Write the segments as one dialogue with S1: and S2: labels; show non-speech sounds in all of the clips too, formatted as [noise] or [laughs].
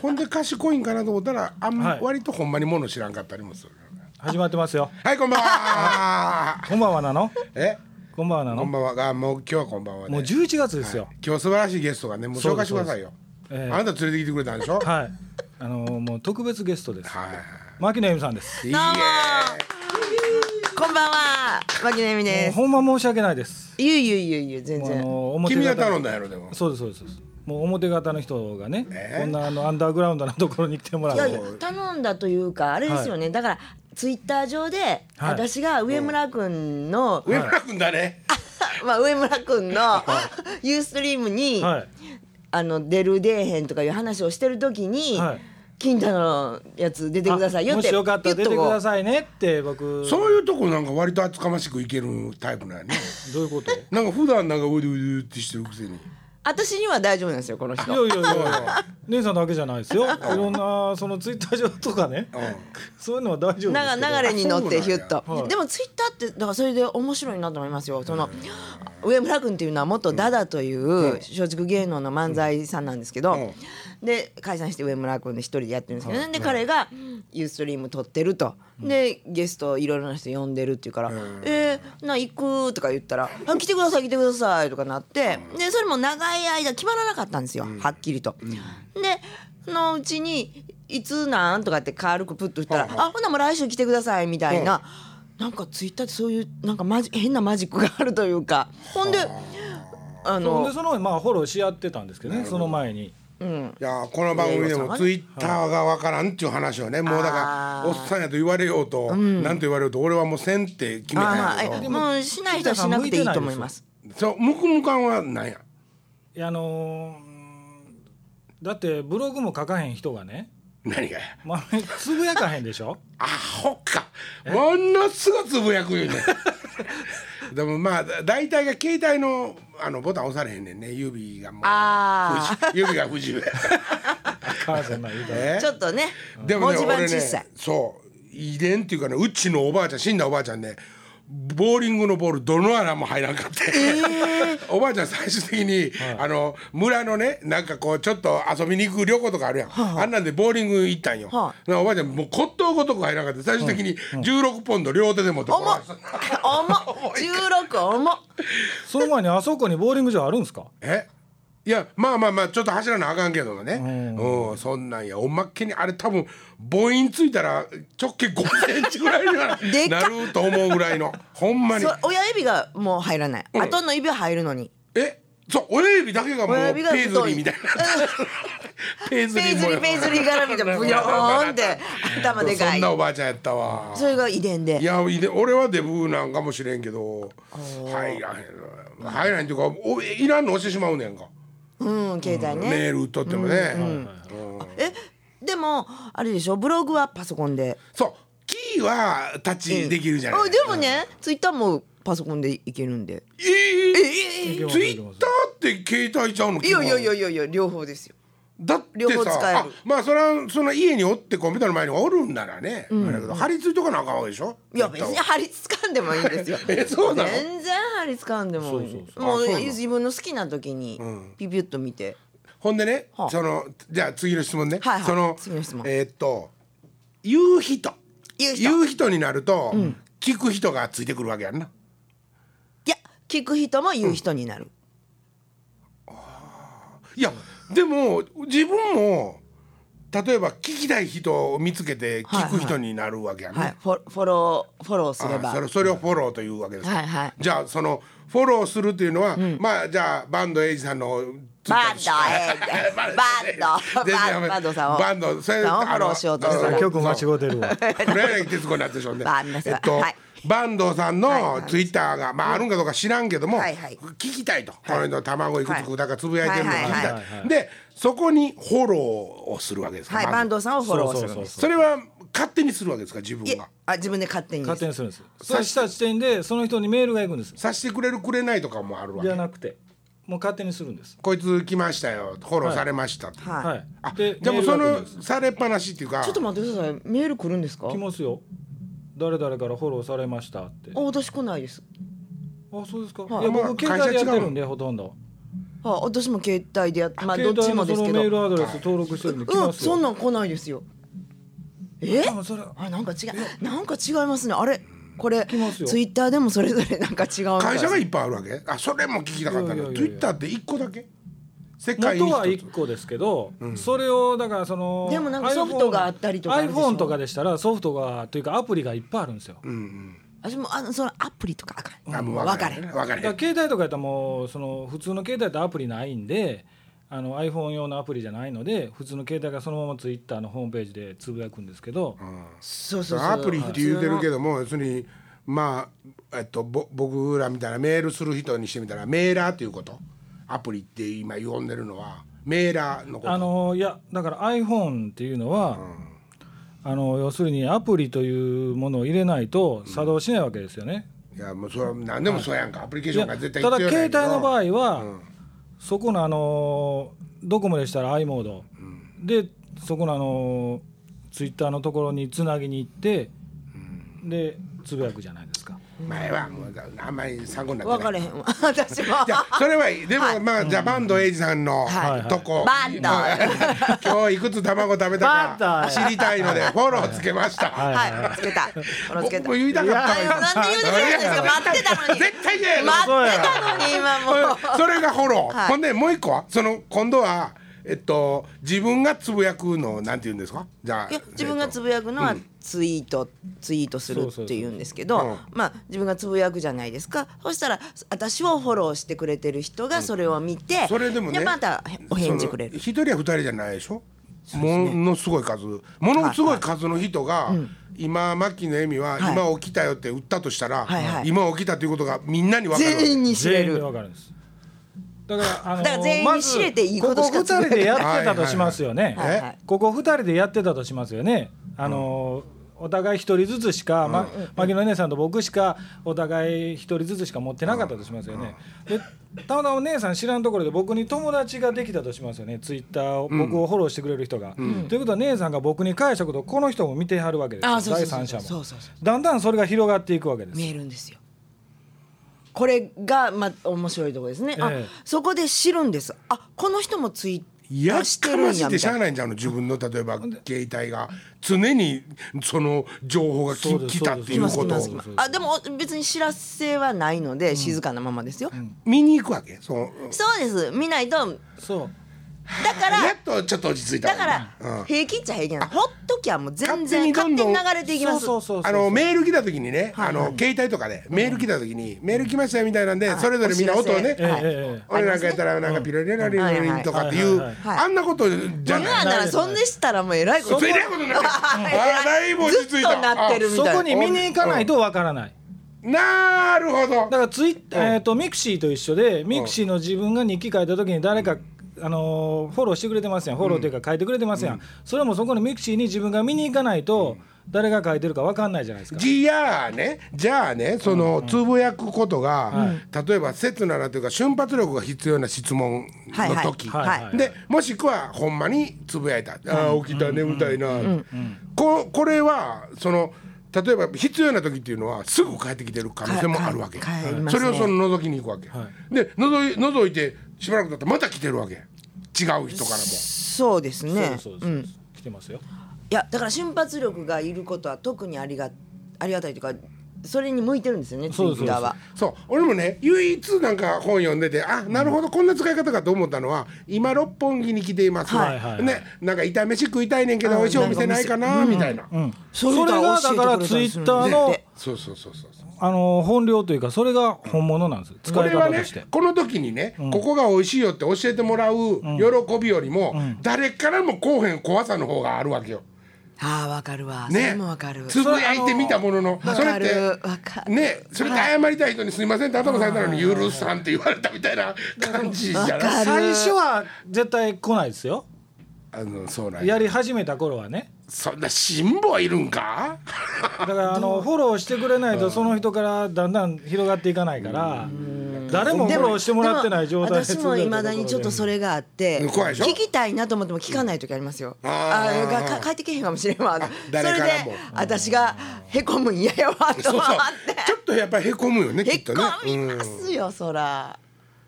S1: ほんで賢いんかなと思ったらあん、
S2: はい
S1: 割とほんまにもの知らんかったりもする
S2: 始まってますよ
S1: はいこんばん
S2: [laughs]
S1: は
S2: こんばんはなの
S1: え
S2: こんばんはな
S1: こ
S2: の
S1: んばんはあもう今日はこんばんは、ね、
S2: もう11月ですよ
S1: 今日素晴らしいゲストがねもう紹介してくださいよ、
S2: そうですそうですええ
S1: あなた連れてきてくれたんでしょ
S2: はい、あのーもう特別ゲストです
S1: はい
S2: 牧野由美さんです
S1: いいえ
S3: どうもこんばんは、牧野由美
S2: も
S3: で
S2: う
S3: す。
S2: ほんま申し訳ないです
S3: ゆうゆうゆうゆう、全
S2: もうあ
S3: 然。
S2: のー表
S1: 君が
S2: 方
S1: 頼んだんやろでも
S2: そうですそうですそうですもう表方の人がね、
S1: ええ
S2: こんなあのアンダーグラウンドなところに来てもらう
S3: いやいや、頼んだというか、あれですよね、だから、ツイッター上で、
S2: はい
S3: 私が上村君の。
S1: 上村君だね、
S3: [laughs] まあ、上村君の、ユーストリームに、
S2: はい
S3: あの、出る出えへんとかいう話をしてる時に。
S2: はい
S3: 金太のやつ、出てくださいよ
S2: も
S3: って。
S2: しよかったら
S3: ピ
S2: 出て
S3: ュッと
S2: く
S3: こう
S2: ださいねって僕
S1: そういうとこなんか割と厚かましくいけるタイプなんやね
S2: どういうことい
S1: なんか普段なんかうりうりうりってしてるくせに
S3: 私には大丈夫なんですよ、この人。
S2: やいやいや姉さんだけじゃないですよいろんなそのツイッター上とかねそういうのは大丈夫ですけど
S3: なが流れに乗ってヒュッと、
S2: そうなんやはい
S3: でもツイッターってだからそれで面白いなと思いますよその上村君っていうのは元ダダという松竹芸能の漫才さんなんですけど、で解散して上村君で一人でやってるんですけど、ねで彼がユーストリーム撮ってると、でゲストいろいろな人呼んでるっていうから「えー、な行く?」とか言ったら「あ来てください来てください」とかなってでそれも長い間決まらなかったんですよ、はっきりと。でそのうちに「いつなん?」とかって軽くプッと言ったら
S1: は
S3: 「
S1: いはい
S3: あほなもう来週来てください」みたいな、なんかツイッターってそういうなんかマジ変なマジックがあるというかほんであ
S2: ほん
S3: の
S2: でそのまあフォローし合ってたんですけどねその前に
S1: いやこの番組でもツイッターがわからんっていう話をねもうだか
S3: あ
S1: ら
S3: ー
S1: おっさんやと言われようと、なんと言われようと俺はもうせんって決めた
S3: あ
S1: んやけ
S3: ーはい
S1: ど
S3: もうしない人はしなくていいと思います。
S1: そうムクムカンはなんや
S2: いやあのーうんだってブログも書かへん人がね
S1: 何がや
S2: まあつぶやかへんでしょ
S1: アホかものすごいつぶやくよねでもまあだ大体が携帯のあのボタン押されへんねんね指がもう
S3: あ
S1: 不自指が不自由や
S2: 母さんが言うたら
S1: え
S3: ちょっとね
S1: でも
S3: 文
S1: ね
S3: 字盤
S1: 俺
S3: 小
S1: ね
S3: さい。
S1: そう遺伝っていうかねうちのおばあちゃん死んだおばあちゃんねボーリングのボールどの穴も入らんかって、 [laughs] おばあちゃん最終的に、あの村のねなんかこうちょっと遊びに行く旅行とかあるやん、あんなんでボーリング行ったんよ、
S3: は
S1: なおばあちゃんもう骨董ごとく入らんかって最終的に16ポンド両手で持ってこ
S3: 重
S1: [laughs]
S3: っ
S1: らした、
S3: 重っ16重っ
S2: その前にあそこにボーリング場あるんですか
S1: えいやまあまあまあちょっと走らなあかんけどねうん、そんなんやおまけにあれ多分母音ついたら直径5センチぐらいには
S3: でっか
S1: なると思うぐら
S3: [laughs]
S1: いの [laughs] ほんまに
S3: そ親指がもう入らない、後の指は入るのに
S1: えそう親指だけがもう
S3: 親
S1: ペ
S3: 指が太い
S1: ーズリーみたいなペー
S3: ペーズ
S1: 模
S3: リ
S1: 様
S3: ーペーズリー絡みでブヨーンって頭でか
S1: そん
S3: い
S1: なおばあちゃんやったわ
S3: それが遺伝で
S1: いやいで俺はデブなんかもしれんけど入らへん入らへんっていうかおいらんの押してしまうねんか、
S3: うん携帯ね
S1: メール打っとってもね、
S3: えでもあれでしょブログはパソコンで
S1: そうキーはタッチできるじゃない
S3: あでもね、ツイッターもパソコンでいけるんで
S1: えー、
S2: えー
S1: ツイッターって携帯ちゃうの
S3: いやいやいやいやいや両方ですよ
S1: だって
S3: 両方
S1: さ
S3: 使える
S1: あまあそれはその家におってコンピューターの前におるんならね、あれだけど張り付いとかなあかんわけでしょ
S3: いや別に
S1: やっ
S3: 張り付かんでもいいんですよ
S1: えそうなの
S3: 全然張り付かんでもいい
S2: そうそう
S1: そう
S3: も
S1: あそう
S3: う
S1: なの
S3: 自分の好きな時にピピュッと見て、
S1: たほんでね、
S3: はあ
S1: そのじゃあ次の質問ね、
S3: はいはい
S1: その
S3: 次の質問
S1: えーっと言う人
S3: 言う人
S1: 言う人になると、聞く人がついてくるわけやんない
S3: や聞く人も言う人になる、
S1: いやでも自分も例えば聞きたい人を見つけて聞く人になるわけやんな、
S3: はいフォフォローフォローすれば
S1: あそれそれをフォローというわけですか、
S3: はいはい
S1: じゃあそのフォローするというのは、まあじゃあバンドエイジさんの
S3: バン
S1: [laughs]
S3: ドエイジバンド
S1: 全然やめ
S3: バンドさんを
S1: バンドそれ
S3: さんを
S1: あの
S3: フォローしようとする
S1: あの
S2: 曲間違うてるわ
S1: 黒柳徹子になってしま
S3: [laughs]
S1: うんで
S3: バンドさ
S1: え
S3: ん
S1: っと
S3: はい
S1: バンドさん
S3: はいは
S1: の
S3: い
S1: ツイッターが、まあ、あるんかどうか知らんけども、
S3: はいはい
S1: 聞きたいと、この人の卵いくつ食うたかつぶやいてるのを聞きたい,、
S3: はい
S2: はいはいはい
S1: でそこにフォローをするわけですか、
S3: はい、
S1: まず
S3: バンドさんをフォローするんです
S2: そうそうそう
S1: それは勝手にするわけですか自分
S3: いえ
S1: が
S3: あ自分で勝手にで
S2: 勝
S3: す
S2: 手にするんですそうした時点でその人にメールが行くんです
S1: さしてくれるくれないとかもあるわ
S2: じゃ
S1: け
S2: なくてもう勝手にするんです
S1: こいつ来ましたよフォローされましたって、
S3: はい
S2: はい
S1: あでも
S2: メー
S1: そ
S2: ルが来るん
S1: の
S2: です
S1: されっぱなしっていうか
S3: ちょっと待ってくださいメール来るんですか
S2: 来ますよ誰々からフォローされましたって
S3: あ私来ないです
S2: あそうですか、
S3: はい
S2: い、や
S1: まあ
S2: 僕携帯でやって
S1: 会社違う
S2: る
S1: の
S2: んでほとんど
S3: あ私も携帯でやっまあ
S2: 携
S3: どっち
S2: 帯
S3: も
S2: の
S3: で
S2: そ
S3: す
S2: の
S3: け
S2: メー
S3: ど
S2: ルアドレス登録してるんで来
S3: うん
S2: ますよ。
S3: そんなん来ないですよえ
S2: あそれ
S3: あなんか違うなんか違いますねあれこれツイ
S2: ますよ
S3: ッターでもそれぞれなんか違うみたい
S1: 会社がいっぱいあるわけあそれも聞きたかった
S2: いやい
S1: の
S2: やい
S1: ツ
S2: や
S1: イ
S2: いや
S1: ッターって1個だけ世界
S2: 元
S1: に
S2: は
S1: 一
S2: 一
S1: つ
S2: 個ですけど、それをだからその
S3: でもなんかソフトがあったりとかあるでしょ
S2: iPhone とかでしたらソフトがというかアプリがいっぱいあるんですよ、
S3: 私もあのそのアプリとかあかん
S1: あもう
S3: 分
S1: 分
S3: か
S1: か
S3: れ
S1: れ
S3: へ
S1: へ
S3: ん
S1: ん分か
S2: だ
S1: れ
S2: か
S1: へ
S2: ら
S1: ん
S2: 携帯とかやったらもうその普通の携帯ってアプリないんであの iPhone 用のアプリじゃないので普通の携帯がそのまま Twitter のホームページでつぶやくんですけど、
S3: そう
S1: そ
S3: そう
S1: う
S3: そう
S1: アプリって言うてるけ
S3: ど
S1: ども要するにまあえっとぼ僕らみたいなメールする人にしてみたらメーラーということアプリって今呼んでるのはメーラーのこと
S2: あのいやだから iPhone っていうのは、あの要するにアプリというものを入れないと作動しないわけですよね。
S1: いやもうそれは何でもそうやんかアプリケー
S2: い
S1: ショ
S2: や
S1: ンが絶
S2: た
S1: 対
S2: だ
S1: 必要
S2: 携
S1: や
S2: 帯
S1: けど
S2: の場合は、そこのあのドコモでしたら i モード、でそこのあのツイッターのところにつなぎに行って、でつぶやくじゃないですか。
S1: 前はもうあんまり参考になってな
S3: 分か
S1: い
S3: れへんわ私も
S1: じゃあ [laughs] それはいいでもまあじゃあバンドエイジさんの
S3: はい
S1: とこ
S3: バンド
S1: まあ [laughs] 今日いくつ卵食べた
S2: バン
S1: か
S2: ド
S1: 知りたいのでフォローつけました
S2: はい
S3: はいつ
S2: [laughs]
S3: けたこれつけた
S1: 僕も言いたかったわ
S3: いやなんで言うてくれないんですか待ってたのに
S1: 絶対嫌やな
S3: 待ってたのに今もう
S1: それがフォロー、
S3: はい
S1: ほんでもう一個はその今度はえっと自分がつぶやくのをなんて言うんですかじゃあ
S3: いや自分がつぶやくのはツイート、ツイートするっていうんですけど
S1: そうそうそう
S3: まあ自分がつぶやくじゃないですかそしたら私をフォローしてくれてる人がそれを見て、
S1: えっとそれでもね
S3: またお返事くれる
S1: その一人や二人じゃないでしょものすごい数ものすごい数の人が、今マッキーのエミは、
S3: はい
S1: 今起きたよって売ったとしたら、
S3: はいはい
S1: 今起きたということがみんなに分かるわけ
S3: 全員に知れ
S2: 全員で
S3: る
S2: わかるんです。だからあの
S3: だから全員
S2: まず
S3: 知れていいことしか
S2: ここ二人でやってたとしますよね。
S3: はいはい
S2: ここ二人でやってたとしますよね。あのお互い一人ずつしか、ま、牧野姉さんと僕しかお互い一人ずつしか持ってなかったとしますよね。でたまたまお姉さん知らんところで僕に友達ができたとしますよねツイッターを僕をフォローしてくれる人が。ということは姉さんが僕に返したことをこの人も見てはるわけですよ
S3: あそうそう
S2: 第
S3: そう
S2: 三者
S3: そう
S2: も。
S3: そうそう
S2: だんだんそれが広がっていくわけです。
S3: 見えるんですよこれがまあ面白いところですね、
S2: ええ
S3: あそこで知るんですあこの人もツイー
S1: や
S3: ト
S1: っ
S3: して
S1: か
S3: る
S1: ま
S3: ん
S1: し
S3: や
S1: い
S3: み
S1: てしたゃ
S3: い
S1: あ
S3: な
S1: ないんじゃんあの自分の例えば携帯が常にその情報がき
S2: そうです
S1: 来たってい
S3: 来
S1: う
S3: ま
S1: こ
S3: す来
S1: と
S3: ます
S1: を
S3: 来ますあでも別に知らせはないので静かなままですよ、
S1: 見に行くわけその
S3: そうです見ないと
S2: そう
S3: だ
S1: [laughs]
S3: から
S1: やっとちょっと落ち着いた
S3: だ
S1: わ
S3: から
S1: うん
S3: 平気っちゃ平気なのほっときゃもう全然
S1: 勝手
S3: 勝
S1: に
S3: 手
S1: どんどん
S3: に流れていきます
S2: そうそうそうそう
S1: あのメール来た時にね、あの携帯とかでメール来た時にメール来ましたよみたいなんで、それぞれみんな音をね、
S3: お知らせ
S2: はいええええ
S1: 俺なんかやったらなんかピロリロリロリンとかっていう、
S2: はいはい
S3: はい
S1: あんなことじゃ
S3: 今
S1: ない。
S3: ならそんでしたらも [laughs] うえらいこと
S1: それ偉いことない。あだいぶ落ち着
S3: ずっ
S1: い
S3: と
S1: た。
S3: なってるみ
S2: そ
S3: たい
S2: こ
S3: な
S2: に見に行かないとわからない。
S1: あなるほど
S2: だ。からツイッ、えー、とミクシーと一緒でミクシーの自分が日記書いた時に誰か、あのーフォローしてくれてますやんフォローというか書いてくれてますやん、それもそこのミクシーに自分が見に行かないと誰が書いてるか分かんないじゃないですか。
S1: じゃあね、じゃあね、そのつぶやくことが、例えば刹那なというか瞬発力が必要な質問
S3: はい
S1: の
S3: はい
S1: 時、
S3: はい
S2: はい
S1: でもしくはほんまにつぶやいた「あー起きた眠たいな」ここれはその例えば必要な時っていうのはすぐ帰ってきてる可能性もあるわけ、
S3: か帰ります
S1: そ
S3: ね
S1: れをその覗きに行くわけ、で覗い覗いてしばらく経ったらまた来てるわけ違う人からも。
S3: そうですね
S2: そうです
S3: う
S2: そうんです来てますよ。
S3: いやだから瞬発力がいることは特にありがありがたいというかそれに向いてるんですよねツイ
S2: そうです
S3: ッターは
S1: そう俺もね唯一なんか本読んでてあなるほどこんな使い方かと思ったのは今六本木に来ています、
S2: はいはいはい
S1: ねなんか炒め飯食いたいねんけど美味しいお店ないかなみたいな、
S3: そ
S2: れがだから
S3: ういう
S2: ツイ
S3: 人
S2: ッター
S3: 教えてくれたりするん
S2: の
S3: ですって、
S1: そうそうそうそうそう
S2: あのー本領というかそれが本物なんです
S1: こ
S2: 使い
S1: れは
S2: 方
S1: ね
S2: として。
S1: この時にね、ここが美味しいよって教えてもらう喜びよりも、誰からもこうへん怖さの方があるわけよ。
S3: ああわかるわ、それ
S1: ね
S3: もわかる
S1: つぶやいてみたものの
S3: あの
S1: それっ
S3: わかるわか
S1: て
S3: る
S1: ねそれで謝りたい人に「すいません」って頭されたのに「許さん」って言われたみたいな感じじゃ
S3: わか
S1: ない
S3: る
S2: 最初は絶対来ないですよ。
S1: あのそうなんや
S2: やり始めた頃はね。
S1: そんな辛抱いるん
S3: [laughs]
S1: か
S2: だからあのフォローしてくれないとその人からだんだん広がっていかないから誰もフォローしてもらってない状態
S3: でも私もいまだにちょっとそ
S2: れ
S3: れがあって
S1: うん怖いでしょ
S3: 聞きたいなと思っても聞かない時ありますよ、
S1: うん
S3: あ
S1: あー
S3: あがか帰ってけへんかもしれんわそれ
S1: 誰
S3: で
S1: からも
S3: 私がへこむん嫌やわと
S1: そう
S3: 思っ
S1: そう
S3: て
S1: ちょっとやっぱりへこむよねき
S3: へ
S1: っ
S3: こと
S1: ね、
S3: みますよ、そら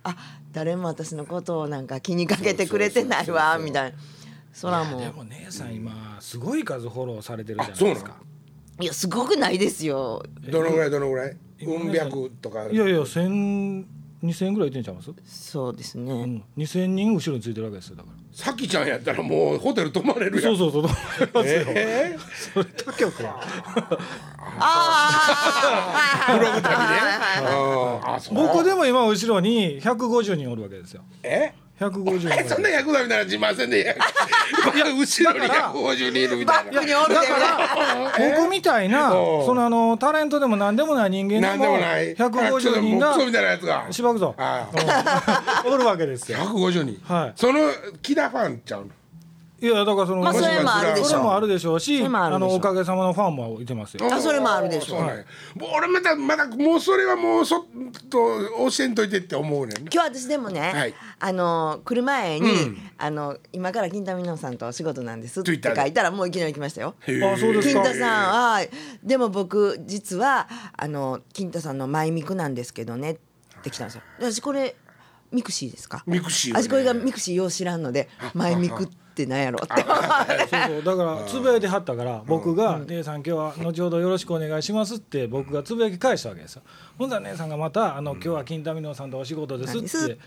S3: あ誰も私のことをなんか気にかけてくれてないわみたいなそらも
S2: で
S3: う
S2: も姉さん今すごい数フォローされてるじゃ
S1: あ
S2: ない
S1: そう
S2: で
S1: な
S2: す
S1: の
S2: か
S3: いやすごくないですよ
S1: どのぐらいどのぐらい
S2: 今
S1: うん
S2: ね
S1: 百とか
S2: いやいや千二千ぐらいいってんちゃいます
S3: そうです
S2: う
S3: ね
S2: ん二千人後ろについてるわけですよだか
S1: さきちゃんやったらもうホテル泊まれる
S2: ら
S1: や
S2: そ
S1: ん
S2: うそうそう
S1: えー
S2: 他局は
S3: あ
S1: [laughs]
S3: あ
S1: ブログ旅で
S3: はいはいはい
S1: あーあそう
S2: 僕でも今後ろに百五十人おるわけですよ
S1: え
S2: 百五十人
S1: えそんな役だみたいな自慢せんでいいやん後ろに150人いるみたいな
S3: バックにおるでみたいな
S2: 僕みたいな
S1: おう
S2: そのあのタレントでも何でもない人間
S1: なん
S2: で
S1: でも
S2: も
S1: ない
S2: 150人
S1: あ
S2: が
S1: ちょっともうクソみたいなやつが
S2: しば
S3: [laughs]
S2: くぞ
S1: あ
S2: おるわけですよ。
S1: 150人
S2: はい
S1: その木田ファンちゃうの
S2: いやだからその、
S3: まあそれもあるでしょう
S2: それもあるでしょうし、
S3: それもあるでしょう
S2: のおかげさまのファンもいてますよ。
S3: あそれもあるでしょ
S1: そうなんやもう俺またまだもうそれはもうそっと教えんといてって思うねんな
S3: 今日私でもね、
S1: はい
S3: あの来る前に、
S1: うん
S3: あの今から金田美濃さんとお仕事なんですって
S1: Twitter で
S3: 書いたらもういきなり来ましたよ。
S1: へー
S2: あそうです
S3: 金
S2: か
S3: 田さんはでも僕実はあの金田さんの前ミクなんですけどねって来たんですよ。で私これミクシーですか？
S1: ミクシーはね
S3: 私これがミクシーよう知らんので前ミクってなんやろって。
S2: そうそうだからつぶやいてはったから僕が「姉さん今日は後ほどよろしくお願いします」って僕がつぶやき返したわけですよ。ほんだら姉さんがまた「あの今日は金田美濃さんとお仕事です」
S3: 何
S2: っ
S3: す
S2: て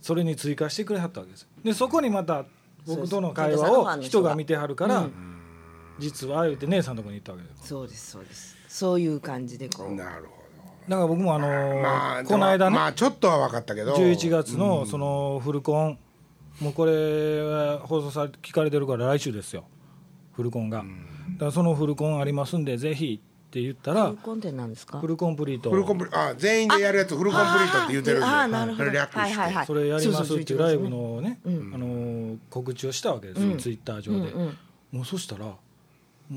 S2: それに追加してくれはったわけですよ。でそこにまた僕との会
S3: そうそう金田さんのファ
S2: 話
S3: ン
S2: を
S3: の人
S2: 人
S3: が
S2: が見てはるから実は言って姉さんのとこに行ったわけですよ。
S3: [laughs] そうですそうです。そういう感じでこう。
S1: なるほ
S2: だから僕もあのー
S1: どまあ
S2: この間ね、
S1: まあちょっとは分かったけど
S2: 11月のそのフルコン、もうこれは放送され聞かれてるから来週ですよフルコンが、だからそのフルコンありますんでぜひって言ったら
S3: フルコンテなんですか
S2: フ？ルコンプリート
S1: フルコンプリあ全員でやるやつフルコンプリートって言ってるんで
S3: あーなるほど
S1: それ略して
S3: はいはいはい
S2: それやりますっていうライブのね、
S3: うん
S2: あのー告知をしたわけですよ、ツイッター上で、
S3: うんうん
S2: もうそしたらもう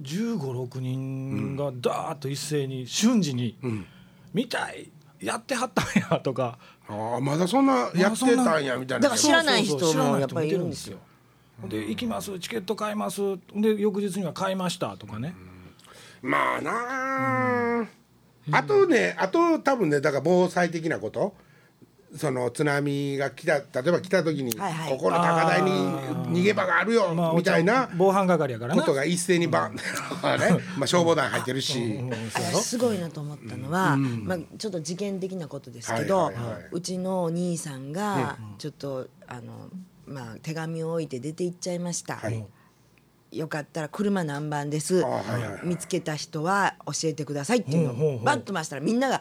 S2: 1 5 6人がダーッと一斉に瞬時に「
S1: ん
S2: 見たいやってはったんや」とか
S1: ああまだそんなやってたんやみたいな
S3: だから知らない人もやっぱりいるんですよ。
S2: で行きますチケット買いますで翌日には買いましたとかね、
S1: まあなあ、あとねあと多分ねだから防災的なことその津波が来た例えば来た時に、
S3: はいはい
S1: ここの高台に逃げ場があるよみたいな
S2: 防犯係やから
S1: こ
S2: な
S1: とが一斉にバン、ね [laughs] まあ、消防団入ってるし、
S3: 私すごいなと思ったのは、まあ、ちょっと事件的なことですけど、
S1: はいはいはいう
S3: ちのお兄さんがちょっと、あのまあ、手紙を置いて出て行っちゃいました、
S1: はい
S3: よかったら車何番です、
S1: あはいはいはい
S3: 見つけた人は教えてくださいっていう
S2: ほうほ
S3: の
S2: う
S3: を
S2: ほう
S3: バッと回したらみんなが。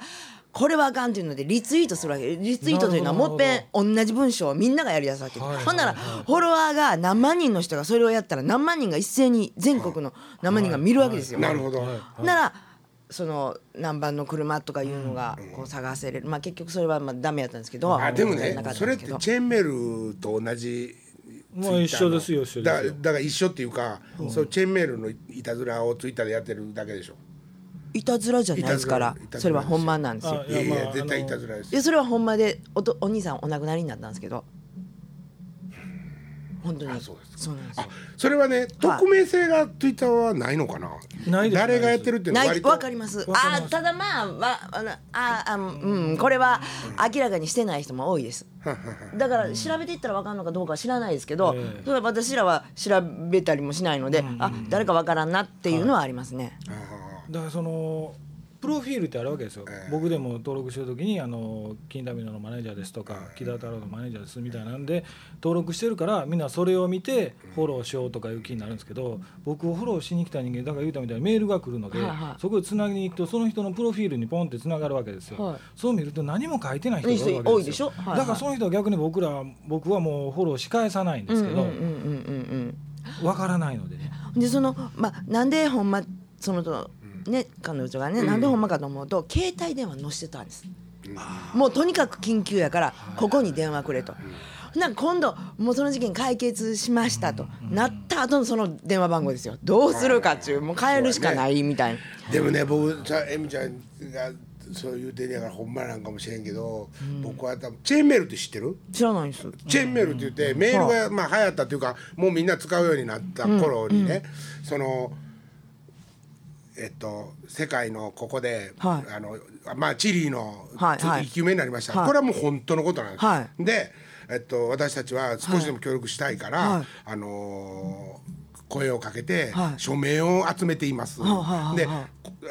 S3: これはあかんっていうのでリツイートするわけリツイートというのは
S2: なる
S3: も
S2: ほど
S3: っぺん同じ文章をみんながやりだすわけ、
S2: はいはいはい
S3: ほんならフォロワーが何万人の人がそれをやったら何万人が一斉に全国の何万人が見るわけですよ。
S1: なるほど、
S3: ならその南蛮の車とかいうのがこう探せれる、まあ結局それはまあダメやったんですけど
S1: あでもね
S3: なかった
S1: そ
S3: ん
S1: れ
S3: で
S1: っ
S3: す
S1: て
S3: け
S1: チ
S3: ど
S1: ェーンメールと同じ
S2: もう一緒ですよ一緒です
S1: だ
S2: よ
S1: だから一緒っていうか、そうチェーンメールのいたずらをツイッターでやってるだけでしょ
S3: いたずらじゃないですから
S1: いたずらいたずらです
S3: それはほんまなんです
S2: あ
S3: よ
S1: いやい
S2: いやま
S1: や
S2: あ
S1: 絶対いたずらです
S3: いやそれはほんまでおとお兄さんお亡くなりになったんですけど本当に
S1: そうですか
S3: そうなんです
S1: あ
S3: よ
S1: それはね匿名性がツイッターはないのかな
S2: ないです
S1: 誰がやってるっていうの
S3: な
S1: はい割と
S3: わかります
S2: わかり
S3: あ
S2: ます
S3: ただまあわあのああうんこれは明らかにしてない人も多いですだから調べていったら分かるのかどうかは知らないですけど、
S2: ええ
S3: 例えば私らは調べたりもしないので、あ誰か分からんなっていうのはありますね、
S1: あ
S2: だからそのプロフィールってあるわけですよ、
S1: ええ
S2: 僕でも登録してる時に「あの金田美濃のマネージャーです」とか「木田太郎のマネージャーです」みたいなんで登録してるからみんなそれを見てフォローしようとかいう気になるんですけど僕をフォローしに来た人間だから言うたみたいにメールが来るので、
S3: はいはい
S2: そこでつなぎに行くとその人のプロフィールにポンってつながるわけですよ、
S3: はい
S2: そう見ると何も書いてない人がいるわけですよ
S3: 多いでしょはいはい
S2: だからその人は逆に僕ら僕はもうフォローし返さないんで
S3: うん
S2: す
S3: う
S2: け
S3: んう
S2: ど
S3: んう
S2: わ、
S3: んうん
S2: からないのでね
S3: うんでそのまあなんでほんまそのとね彼女がね、なんでほんまかと思うと携帯電話載せてたんです、もうとにかく緊急やからここに電話くれと、なんか今度もうその事件解決しましたと、なった後のその電話番号ですよどうするかっていうもう変えるしかないみたいな。
S1: ーでもね僕さえみちゃんがそう言うてんねやからほんまなんかもしれんけど、僕は多分チェーンメールって知ってる
S3: 知らないです。
S1: チェーンメールって言ってメールがまあ流行ったというかもうみんな使うようになった頃にねそのえっと、世界のここで、
S3: はい
S1: あのまあ、チリの
S3: はいはい
S1: 1球目になりました、
S3: はい
S1: これはもう本当のことなんです、
S3: は
S1: で、えっと、私たちは少しでも協力したいから、
S3: はい
S1: あのー声をかけて、
S3: はい
S1: 署名を集めています、
S3: はあはあはあ
S1: でこ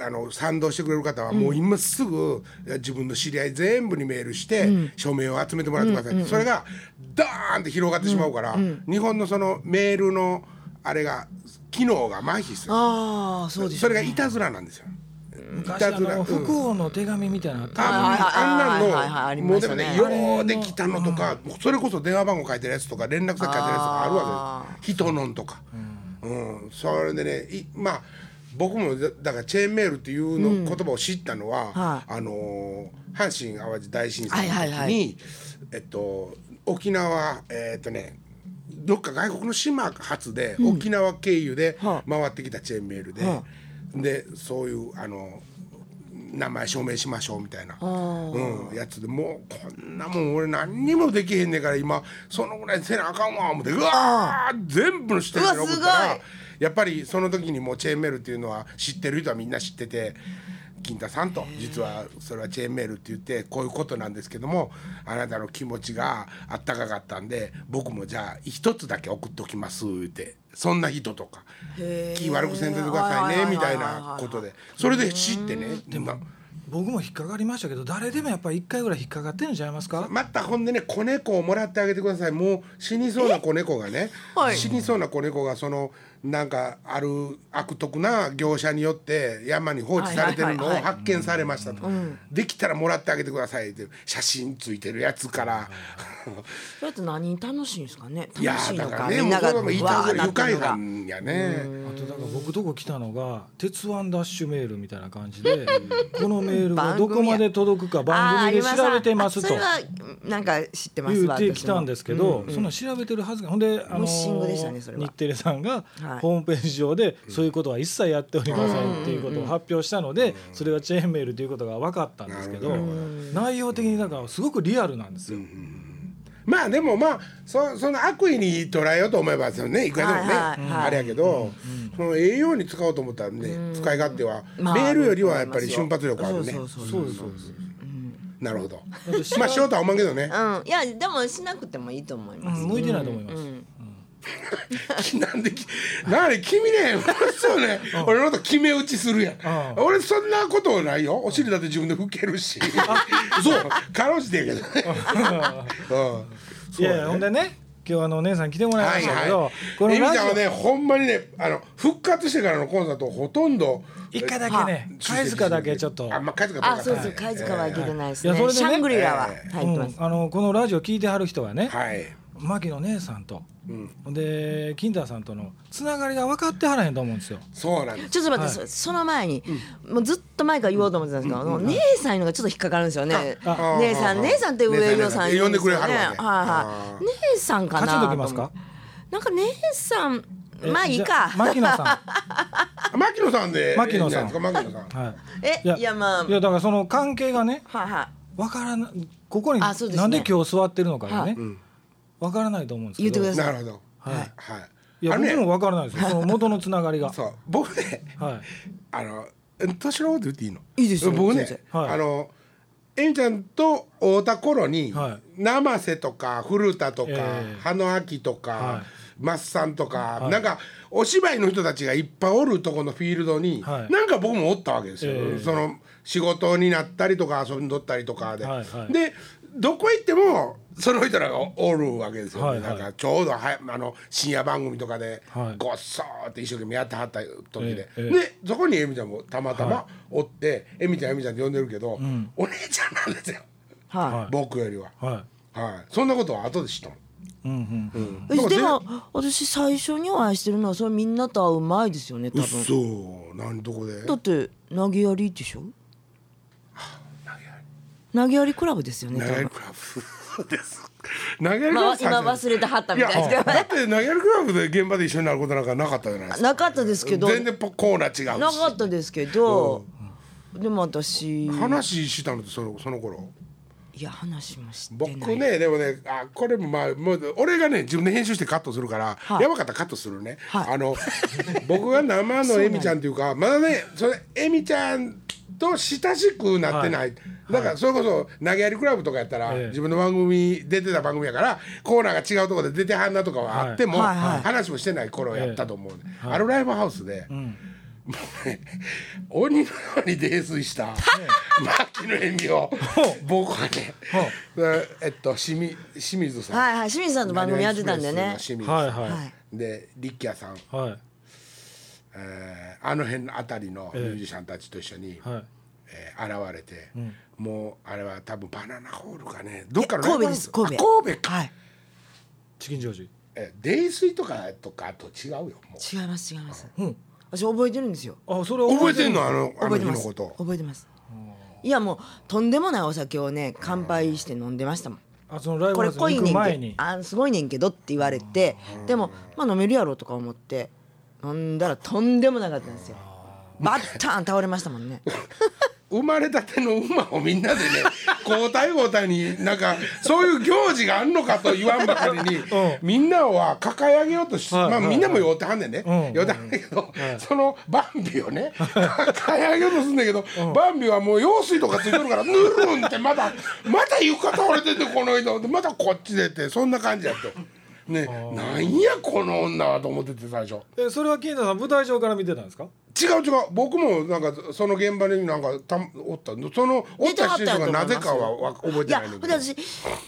S1: あの賛同してくれる方はもう今すぐ自分の知り合い全部にメールして署名を集めてもらってください、それがダーンって広がってしまうから、日本のそのメールのあれが機能が麻痺する
S3: ああそうでしょ
S1: それがいたずらなんですよ。い
S2: 昔
S1: た
S2: あ
S1: ずら。
S2: の
S1: うん
S2: 福王の手紙みたいなのあった
S1: ああん
S3: はいはいはいは
S1: ない
S3: あり
S1: のも
S3: ま
S1: う
S3: し
S1: で
S3: た
S1: も
S3: ね
S1: ねようできたのとかそれこそ電話番号書いてるやつとか連絡先書いてるやつとかあるわけです人のんとか、うん、それでねいまあ僕もだだからチェーンメールっていうの、言葉を知ったのは、
S3: は
S1: あのー阪神・淡路大震災の時に、
S3: はいはいはい
S1: えっと、沖縄えっとねどっか外国の島発で、沖縄経由で
S3: はあ
S1: 回ってきたチェーンメールで、
S3: は
S1: でそういうあの名前証明しましょうみたいな、うん、やつでもうこんなもん俺何にもできへんねんから今そのぐらいせなあかんわ思ってうわー全部の人に送った
S3: うわす
S1: らやっぱりその時にもうチェーンメールっていうのは知ってる人はみんな知ってて。金太さんと実はそれはチェーンメールって言ってこういうことなんですけどもあなたの気持ちがあったかかったんで僕もじゃあ一つだけ送っときますってそんな人とか気悪くせんといてくださいねみたいなことでそれで知ってねでも
S2: 僕も引っかかりましたけど誰でもやっぱり一回ぐらい引っかかってるんじゃいますか
S1: またほんでね子猫をもらってあげてくださいもう死にそうな子猫がね、
S3: はい
S1: 死にそうな子猫がそのなんかある悪徳な業者によって山に放置されてるのを
S3: はいはいはいはい
S1: 発見されましたと、できたらもらってあげてくださいって写真ついてるやつから、
S3: それって何楽しいんですかね
S1: いや
S3: 楽し
S1: ー
S3: い
S1: だ
S3: の
S1: か
S3: から
S1: ね
S3: みん
S1: もう
S3: な
S1: こ
S3: が
S1: れもい
S3: わ
S1: た
S3: ー
S1: ずら
S3: なっ
S1: 愉
S3: て
S1: 快
S3: るのが
S1: 犯やね。
S2: あとだから僕とこ来たのが「鉄腕ダッシュメール」みたいな感じ
S3: [laughs]
S2: でこのメールがどこまで届くか番組で調べてますと
S3: あーありましたそれはなんか知ってます
S2: 言ってきたん
S3: す
S2: ですけど、そんな調べてるはずがほんであ
S3: ム
S2: の
S3: ッシングでしたねそれは
S2: 日テレさんが
S3: はい
S2: ホームページ上でそういうことは一切やっておりませんっていうことを発表したのでそれがチェーンメールということが分かったんですけど内容的になんかすごくリアルなんですよ。
S1: まあでもまあそその悪意に捉えようと思えばですよねいくらでもね、
S3: はいはいはい
S1: あれやけど、その栄養に使おうと思ったらね、使い勝手は、
S3: まあ
S1: メールよりはやっぱり瞬発力あるね
S3: そうそうそう
S2: そうですそうです
S1: なるほどまあしようとは思うけど
S3: [laughs]
S1: ね
S3: うんいやでもしなくてもいいと思います、
S2: うん向いてないと思います。
S1: なんできなんで君ねそうね俺のこと決め打ちするやん
S2: ん
S1: 俺そんなことないよお尻だって自分で拭けるしそうかろうじてやけどねうん
S2: いやいやほんでね今日あのお姉さん来てもら
S1: はい
S2: ま
S1: い
S2: したけど、
S1: はい。
S2: こ
S1: エ
S2: の
S1: ミ
S2: ラ
S1: ち
S2: ジ
S1: ゃんは
S2: オ
S1: ね、ほんまにね、あの復活してからのコンサートほとんど。
S2: 一回だけね
S1: 出席してる
S2: 貝塚だけちょっと。
S1: あ、まあ、貝塚どか
S3: あそうそう貝塚はいけてないですね,、
S2: いやそれで
S3: シ
S2: ね
S3: ャングリラは
S1: え
S3: 入ってま
S2: うん
S3: す、
S2: あのこのラジオ聞いてはる人はね、
S1: はい。
S2: 牧野姉さんと、で金太さんとのつながりが分かってはらへんと思うんですよ。
S1: そうなんです。
S3: ちょっと待って、そその前に、もうずっと前から言おうと思ってたんですけど、あの姉さんいうのがちょっと引っかかるんですよね
S1: あ
S3: 姉さん
S1: あ
S3: 姉さんって上ようさん言うんですよ
S1: 姉さん姉さん呼んでくれはるわね
S3: ねはいはい姉さんかな
S2: 勝ちときますか
S3: と思うなんか姉さん
S2: え
S3: まあいい
S2: じゃ
S3: か
S2: 牧野さ
S1: 牧野さんで。
S2: 牧野さん
S1: いいじゃないですか牧野さん。
S3: [laughs]
S2: ん。はい。
S3: えいやまあ
S2: いやだからその関係がね、
S3: はいはい
S2: 分からなここに
S3: あそうですね
S2: なんで今日座ってるのかが
S3: はい
S2: ね、分からないと思うんですけ
S3: 言っ
S2: ど。
S3: てください
S1: なるほど。
S2: はい
S1: はい。
S2: いや
S1: あの
S2: 僕も
S1: ね。
S2: 分からないですよ。その元のつながり
S1: [laughs]
S2: が。
S1: そう、僕ね、
S2: はい。
S1: あの、年のこと言っていいの。
S3: いいですよ
S1: 僕
S3: 全
S1: ね、
S2: 然はい
S1: あの。エミちゃんと会うた頃に、
S2: は
S1: 生瀬とか古田とか、
S2: ええ
S1: 羽野明とか、
S2: はい
S1: マッサンとか、なんかお芝居の人たちがいっぱいおるとこのフィールドに、
S2: はい
S1: なんか僕もおったわけですよ、
S2: ええ
S1: その仕事になったりとか遊んどったりとかで、
S2: はいはい
S1: でどこ行ってもその人らがおるわけですよ、
S2: はい
S1: な
S2: はい
S1: んかちょうどはあの深夜番組とかで、
S2: はい
S1: ごっそーって一生懸命やってはった時で、
S2: ええええ
S1: でそこにエミちゃんもたまたまおって、エミちゃんエミちゃんって呼んでるけど、お姉ちゃんなんですよ
S3: は
S1: 僕よりは、
S2: は
S1: はい、そんなことは後で知ったの。
S2: い。うんうん。
S1: うん
S3: いでも私最初にお会いしてるのはそれみんなと会う前ですよね多
S1: うっ
S3: 分
S1: そー何どこで
S3: だって投げやりでしょ投げやりクラブですよね
S1: 投
S3: 多
S1: げやり
S3: 分
S1: クラブです投げやりクラブ
S3: まあ
S1: さ
S3: 今忘れてはった
S1: い
S3: み
S1: や
S3: たいですけ
S1: だって投げやりクラブで現場で一緒になることなんかなかったじゃないです
S3: ど
S1: か
S3: [laughs] なかったですけど
S1: 全然ポコーナー違う
S3: な
S1: し
S3: かったですけど、でも私
S1: 話したのってそのその頃
S3: いや話もしてない
S1: 僕ねでもねあこれもまあもう俺がね自分で編集してカットするから、
S3: はい
S1: やばかったらカットするね、
S3: はい
S1: あの [laughs] 僕が生のエミちゃんというかまだねそれエミちゃんと親しくなってない、だからそれこそ投げやりクラブとかやったら、
S2: ええ
S1: 自分の番組出てた番組やからコーナーが違うところで出てはんなとかはあっても、
S3: はいはいはい
S1: 話もしてない頃やったと思うね、あのライブハウスで、もうね [laughs] 鬼のように泥酔した牧野恵美を僕はねえっと清水清水さん、
S3: はいはい清水さんの番組やってたんでね
S1: 清水さん
S2: はいはい
S3: はい
S1: で力也さん、
S2: はい
S1: えーあの辺のあたりのミュージシャンたちと一緒に、
S2: はい
S1: えー現れて、もうあれは多分バナナホールかねどっかの
S3: 神戸です
S1: ライブハウス
S3: 神
S1: あ
S3: 戸
S1: 神戸か、
S3: はい
S2: チキンジョージ
S1: えー泥酔とかとかと違うよもう
S3: 違います違います
S2: うん
S3: 私覚えてるんですよ
S2: あそれは
S1: 覚えてんのあのあの
S3: 覚
S1: 日
S3: えて
S1: の
S3: ます
S1: こと
S3: 覚えてますいやもうとんでもないお酒をね乾杯して飲んでましたもん
S2: あそのライブ
S3: こ
S2: ハ
S3: れ
S2: ウス
S3: 濃い
S2: に行く
S3: ね
S2: 前
S3: んけ
S2: に
S3: あすごいねんけどって言われてでもまあ飲めるやろとか思って飲んだらとんでもなかったんですよバッターン倒れましたも [laughs] んね
S1: 生まれたての馬をみんな
S2: [laughs]
S1: でね交代交代になんかそういう行事があんのかと言わんばかりに、みんなは抱え上げようとし、
S2: はい
S1: まあ、
S2: はい
S1: みんなも酔ってはんねんね、
S2: うん
S1: 酔ってはんねんけど、そのバンビを
S2: [laughs]
S1: ね抱え上げようとすんだけど、バンビはもう用水とかついてるからぬるんってまだまだ床倒れててこの人でまたこっちでってそんな感じやと。ね、なんやこの女はと思ってて最初。
S2: えそれは金田さん舞台上から見てたんですか
S1: 違う違う僕もなんかその現場になんかたおったそのおった人がなぜかはわ覚えてない
S3: い
S1: んだ
S3: やほん
S1: け
S3: で
S1: ど
S3: 私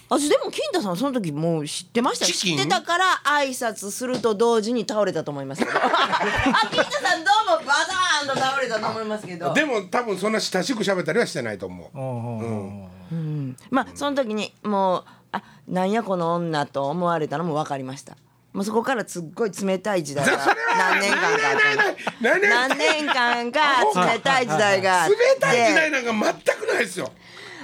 S3: 私でも金太さんその時もう知ってました
S1: チ
S3: よ
S1: キ
S3: 知
S1: ン
S3: ってたから挨拶すると同時に倒れたと思いますけ [laughs] どあ金太さんどうもバターンと倒れたと思いますけど
S1: でも多分そんな親しく喋ったりはしてないと思う
S2: うんうんうん
S3: うんまあその時にもうあなんやこの女と思われたのも分かりましたもうそこからすっごい冷たい時
S1: [laughs]
S3: 代が何年間かあった
S1: 何年間
S3: んで何年間か冷たい時代があっ
S1: 冷
S3: て
S1: たい時代なんか全くないですよ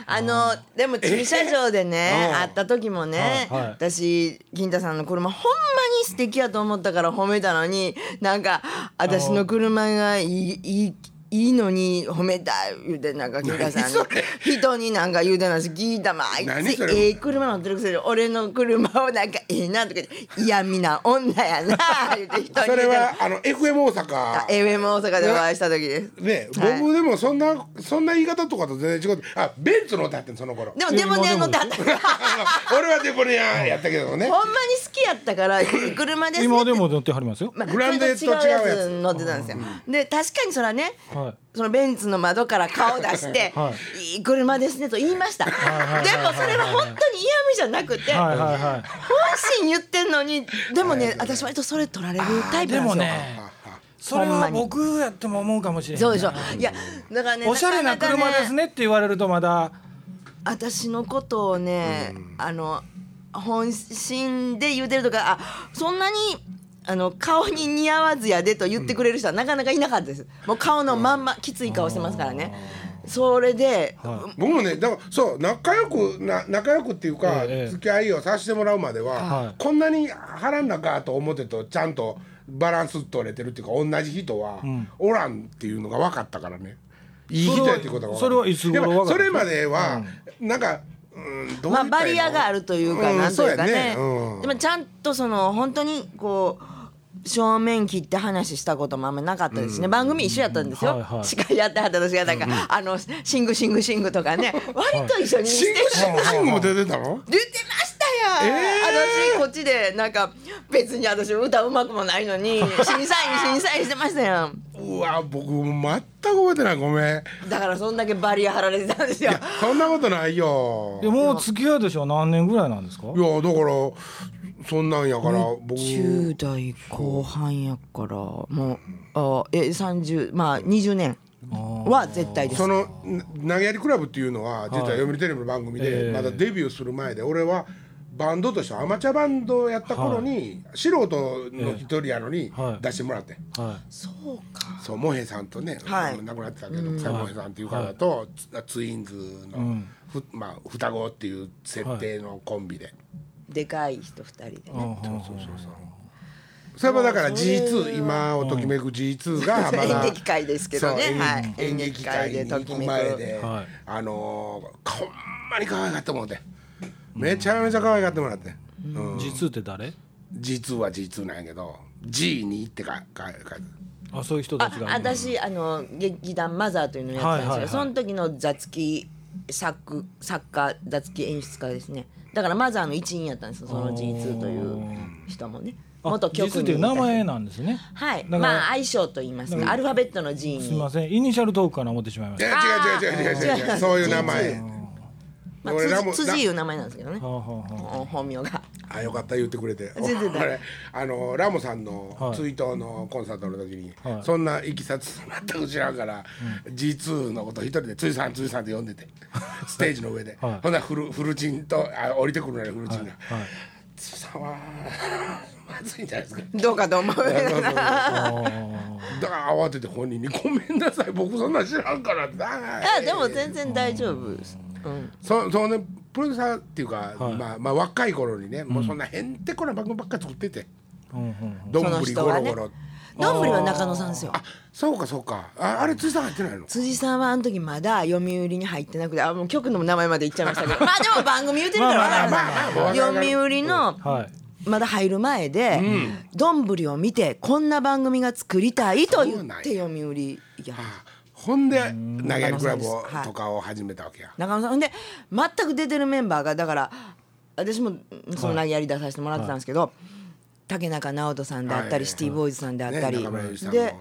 S3: あのでも駐車場でね、
S1: [laughs] うん
S3: 会った時もね、
S2: はいはい
S3: 私銀太さんの車ほんまに素敵やと思ったから褒めたのになんか私の車がいいいいいいのに褒めた言うてなんか銀太さん
S1: 何
S3: の
S1: それ
S3: 人になんか言うてないし銀太もあい
S1: 何そ
S3: つ
S1: れ
S3: ええ車乗ってるくせに俺の車をなんかええなとか言っていやみな女や
S1: [laughs]
S3: な言うて人に言うて
S1: それは
S3: あ
S1: あの FM 大阪
S3: FM 大阪でお会いした時です。
S1: ね
S3: はい
S1: 僕でもそんなそんな言い方とかと全然違うあベンツ乗ってはってんその
S3: [laughs]
S1: 頃
S3: でもデモネア乗ってはった
S1: 俺はデボニアやったけ
S3: [laughs]
S1: どね
S3: ほんまに好きやったから車ですね
S2: 今でも乗ってはりますよ
S3: まあ
S1: グランデと違うやつ
S3: それ乗ってたんですよ。で確かにそれはね、
S2: は
S3: そのベンツの窓から顔出して「、
S2: はい
S3: い車ですね」と言いました。でもそれは本当に嫌味じゃなくて、
S2: はいはいはい
S3: 本心言ってんのにでもね私割とそれ取られるタイプ
S2: で
S3: な
S2: も
S3: んですよ。
S2: ねそれ
S3: ほんま
S2: は
S3: に
S2: 僕やっても思うかもしれない
S3: そうでしょいやだからね
S2: おしゃれな
S3: かか
S2: 車ですねって言われるとまだ
S3: 私のことをね、あの本心で言うてるとかあそんなにあの顔に似合わずやでと言ってくれる人はなかなかいなかったですもう顔のまんま、きつい顔してますからねそれで、
S1: 僕もねだからそう仲良くな仲良くっていうか、
S2: ええ
S1: 付き合いをさせてもらうまでは、
S2: はい
S1: こんなに腹ん中と表とちゃんとバランス取れてるっていうか同じ人はおらんっていうのが分かったからねいい人やっていうことが分かった
S2: それはいつ頃分かった
S1: でもそれまでは、なんか、うん、どう言ったらいいの
S3: まあ、バリアがあるというか、
S1: うん
S3: なんというかね
S1: そうやねうん
S3: でもちゃんとその本当にこう正面切って話したこともあんまなかったですね、番組一緒やったんですよ、
S2: はいはい
S3: 司会やってはった私がなんか、あのシングシングシングとかね割と一緒にして
S1: シン
S3: る
S1: グシングシングも出てたの
S3: 出てましたよ、
S1: えー
S3: 私こっちでなんか別に私歌うまくもないのに審査員審査員してましたよ
S1: うわ僕全く覚えてないごめんい
S3: だからそんだけバリア張られてたんですよ
S1: やそんなことないよ
S2: でもう付き合いでしょ何年ぐらいなんですか
S1: いやだからそんなんやから僕
S3: 10代後半やからもうあえ30まあ20年は絶対です
S1: そのな投げやりクラブっていうのは実は読売テレビの番組
S2: え
S1: で
S2: え
S1: まだデビューする前で俺はバンドとしてアマチュアバンドをやった頃に素人の一人やのに
S2: はい
S1: 出してもらって
S2: は
S3: そうか
S1: そうモヘさんとね
S3: はい
S1: 亡くなってたけど草井モヘさんっていう方とツツインズのふまあ双子っていう設定のコンビで
S3: でかい人2人で
S2: い
S3: ね
S2: そうそうそう
S1: それもだから G2 今をときめく G2 がまだ
S3: 演劇界ですけどね
S1: そう
S3: はい
S1: 演劇界に行く前で、
S2: はい
S1: あのー、ほんまに可愛かったもんで、めちゃめちゃ可愛がってもらって、うん、
S2: G2 って誰
S1: G2 は G2 なんやけど G2 ってかかか
S2: あそういう人た
S3: あ
S2: ちが
S3: 私あの劇団マザーというのをやってたんです
S2: はい
S3: よ、
S2: はいはい
S3: その時の座付き作作家座付き演出家ですねだからマザーの一員やったんですよその G2 という人もね
S2: あ
S3: 元局
S2: G2
S3: に
S2: っていう名前なんですね
S3: はい
S2: だから
S3: まあ愛称と言いますかアルファベットの G
S2: すみ
S3: に
S2: ませんイニシャルトークから思ってしまいま
S1: い
S2: し
S1: や
S3: あ
S1: 違う違う違う違う違う
S3: 違う
S1: そういう名前
S3: まあ、
S1: 俺らも
S3: 辻辻いう名前なんですけどね
S2: たはあはあは
S3: お本名が
S1: あよかった言ってくれて
S3: [laughs] 全然大丈夫
S1: 俺あのラモさんの
S2: はい
S1: 追悼のコンサートの時に、
S2: はい
S1: そんないきさつ全く知らんから、G2 のこと一人で「ついさんついさん」って呼ん
S2: [laughs]
S1: でてステージの上で、
S2: はい
S1: ほんならフルフルチンとあ降りてくるのにフルチンが
S2: はいはい
S1: 「ついさんはまずいんじゃないですか」
S3: どうかと思う
S1: そうそうそうだか
S2: [laughs] ああ
S1: ら慌てて本人に「ごめんなさい僕そんなん知らんからな」
S3: [laughs] あでも全然大丈夫です、うん、
S1: そそうねプロデューサーっていうか、
S2: はい
S1: まあ、まあ若い頃にね、もうそんなへんてこな番組ばっかり作ってて
S2: うんうん
S1: どん
S3: その
S1: ぶり
S3: 人
S1: ゴ
S3: は
S1: ロ
S3: ね
S1: ゴロ
S3: どんぶりは中野さんですよ
S1: あそうかそうかああれ辻さん入ってないの
S3: 辻さんはあの時まだ読売に入ってなくてあもう局の名前まで言っちゃい [laughs] ましたけどまあでも番組言ってるから分かり
S1: まあまあまあまあまあま
S3: ま
S1: あ
S3: す読売の
S2: はい
S3: まだ入る前でどんぶりを見てこんな番組が作りたいと言って読売いや
S1: あほんで投げるクラブを
S3: 中野さんです
S1: とかを始めたわけや、
S3: 中野さんほんで全く出てるメンバーがだから私もその投げやり出させてもらってたんですけど、竹中直人さんであった
S1: は
S3: り、
S1: いはい
S3: シティボーイズさんであったり、
S1: ね中村ゆりさんも
S3: で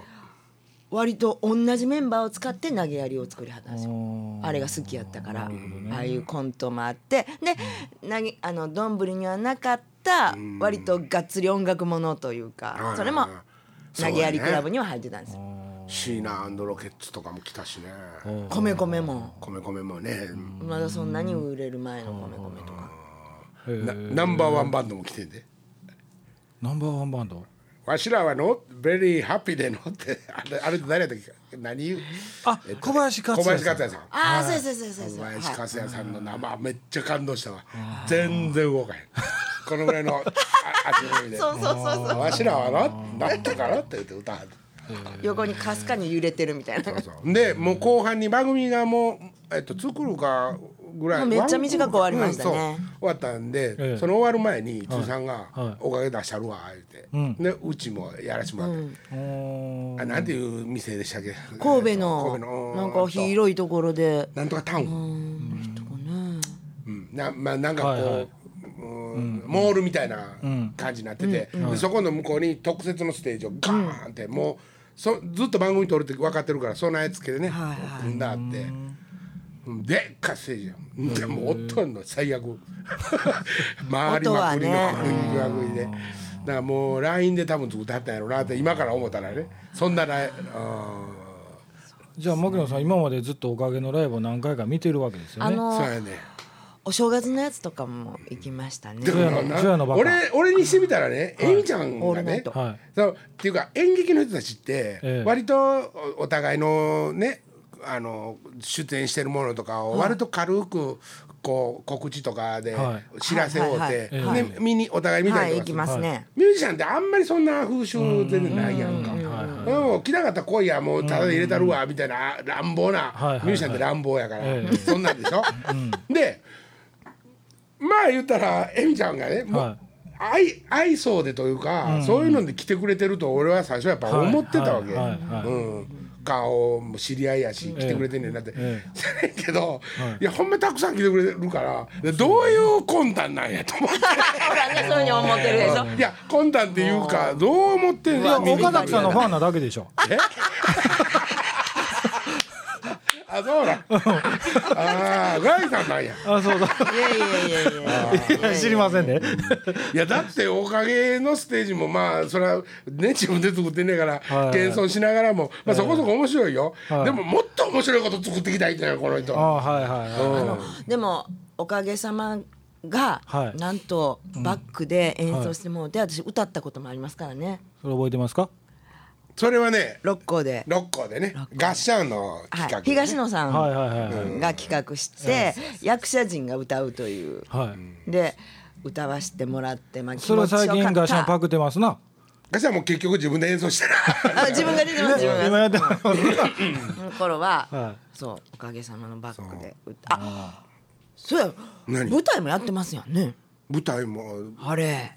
S3: 割と同じメンバーを使って投げやりを作りはったんですよ。あれが好きやったから、ああいうコントもあってでなぎあのどんぶりにはなかった割とがっつり音楽ものという
S1: あ
S3: か
S1: あ
S3: それも
S1: そうやね
S3: 投げやりクラブには入ってたんですよ。
S1: シーナロケッツとかも来たしね
S3: 米米も
S1: 米米もね、
S3: まだそんなに売れる前の米米とか。
S1: なナンバーワンバンドも来てんで
S2: ナンバーワンバンド
S1: 「わしらはのベリーハッピーでの」ってあれあれ誰やったっけ何言う
S2: あ小林克
S1: 小
S2: 也
S1: 林
S2: さん
S1: 克也さん
S3: ああ、そうですそうですそうです
S1: 小
S3: そうです。
S1: 林
S3: はい
S1: 克也さんの生、めっちゃ感動したわ全然動かへんこのぐらいのあ足踏みで
S3: [laughs] そうそうそうそう。
S1: わしらはななんとかなって言って歌はる
S3: 横にかすかに揺れてるみたいな。
S1: でもう後半に番組がもう、えっと、作るかぐらい
S3: もうめっちゃ短く終わりました
S1: うん
S3: ね
S1: そう終わったんで、
S2: ええ
S1: その終わる前に通さんが
S2: はい
S1: 「おかげ出したるわ」言って、でうちもやらしてもらって、
S2: うーん
S1: あなんていう店でしたっけ
S3: 神戸
S1: 神戸
S3: の
S1: の
S3: なんか広いところで。
S1: なんとかタウン、うんなまあ、なんかこう、
S2: はいはいう
S1: ーんモールみたいな感じになってて、でそこの向こうに特設のステージをガーンって、もうそずっと番組撮るって分かってるからそんなやつけでね、
S3: はいはい
S1: 組んだあって。でっかいステージやんでも音あんの最悪 [laughs] 回りまくりの
S3: 音はね
S1: 食いまくりでだからもう LINE で多分作ってはったんやろうなって今から思ったらねそんなライあ
S2: じゃあ牧野さん今までずっとおかげのライブを何回か見てるわけですよ
S3: あ
S2: ね
S1: ー
S3: の
S1: そうやね
S3: お正月のやつとかも行きましたね
S1: だ。から
S2: ジョヤの
S1: な
S2: ジョヤのバカ
S1: 俺俺にしてみたらね、エミちゃん
S3: オー
S1: が
S3: ルナイ
S1: ね
S3: ト、
S2: はい
S1: そうっていうか演劇の人たちって、
S2: ええ
S1: 割とおお互いのねあの出演してるものとかを割と軽くこう告知とかで
S2: はい
S1: 知らせをっ
S3: はい
S1: て、
S2: はいはい
S1: で見にお互い見た
S3: は
S1: り
S3: い
S1: とかす
S3: 行き
S1: る、
S3: ますね。
S1: ミュージシャンってあんまりそんな風習全然ないやんか。
S2: はいはい
S1: うん、来なかったら来いやもうただで入れたるわみたいな乱暴な、
S2: はいは
S1: ミ
S2: い
S1: ュージシャンって乱暴やから、
S2: ええ
S1: そんなんでしょ、でまあ言ったらエミちゃんがね、もう
S2: はい
S1: 愛愛想でというか、そういうので来てくれてると俺は最初やっぱ思ってたわけ、
S2: はいはいはいはい
S1: うん、顔も知り合いやし来てくれてんねんなって、
S2: え
S1: じゃないけど、い、やほんまたくさん来てくれてるからでどういう魂胆なんやと
S2: [laughs]
S1: 思って。
S3: ほらね、そういうふうに思ってるでしょ。
S1: いや魂胆っていうかどう思ってん
S2: いや
S1: の見に行
S2: 岡
S1: った
S2: 崎さんのファンなだけでしょ
S1: えあ
S2: [laughs]
S1: そうだああガイさんなんや
S2: あそうだ
S3: いやいやいやいや
S2: いや知りませんね
S1: いやだっておかげのステージもまあそれはね自分で作ってんねんから
S2: はい
S1: 謙遜しながらも、まあ、そこそこ面白いよ、
S2: はい
S1: でももっと面白いこと作ってきたいってなこの人
S2: あはいはいは
S1: うん
S3: でもおかげさまが、
S2: はい
S3: なんとバックで演奏してもらって、私歌ったこともありますからね。
S2: いそれ覚えてますか
S1: それはね
S3: 六甲で、
S1: 六甲でね合唱の企画、
S3: はい、東野さ
S2: はい
S3: ん
S2: はいはいはい
S3: が企画して、役者陣が歌うという。
S2: はい
S3: で歌わしてもらってまあ気
S2: それ
S3: 持
S2: は
S3: ちよ
S2: 最近
S3: かっ
S2: ガシャン
S3: た
S2: パクってますな
S1: そしたらもう結局自分で演奏したら
S3: あ自分が出てます自分
S2: 今
S3: が
S2: やってます
S3: その頃は、
S2: は
S3: そうおかげさまのバックであそうや
S1: 何
S3: 舞台もやってますやんね
S1: [laughs] 舞台も
S3: あれ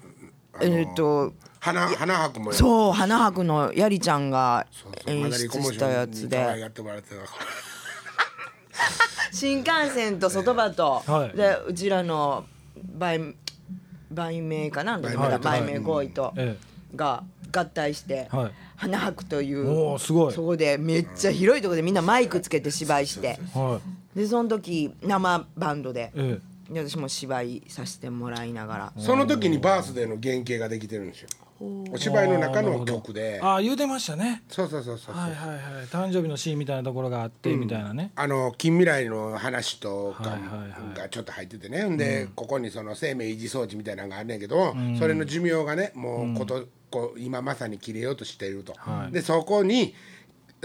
S3: えっと
S1: 花花博もう
S3: そう花博のやりちゃんが
S1: そうそう
S3: 演
S1: マダリ
S3: 出
S1: コモー
S3: し
S1: シ
S3: た
S1: ョ
S3: や
S1: ンに
S3: つ
S1: 可愛
S3: で
S1: がってもらってたから
S3: 新幹線と外場と、
S2: はい
S3: でうちらの売売名かな
S1: 売名
S3: 売名行為と
S2: え
S3: が合体して、
S2: はい
S3: 花博とい
S2: え
S3: う
S2: おおすごい
S3: そこでめっちゃ広いところでみんなマイクつけて芝居して
S2: はい
S3: でその時生バンドで
S2: え
S3: で私も芝居させてもらいながら
S1: その時にバースデーの原型ができてるんですよお芝居の中の曲
S2: え
S1: で
S2: ああ言うてましたね
S1: そうそうそうそう
S2: はいはいはい誕生日のシーンみたいなところがあってみたいなね
S1: あの近未来の話とか
S2: はいはいはい
S1: がちょっと入っててね、で、ここにその生命維持装置みたいなのがあんねんけど、それの寿命がねもうこと、こう今まさに切れようとしていると、でそこに、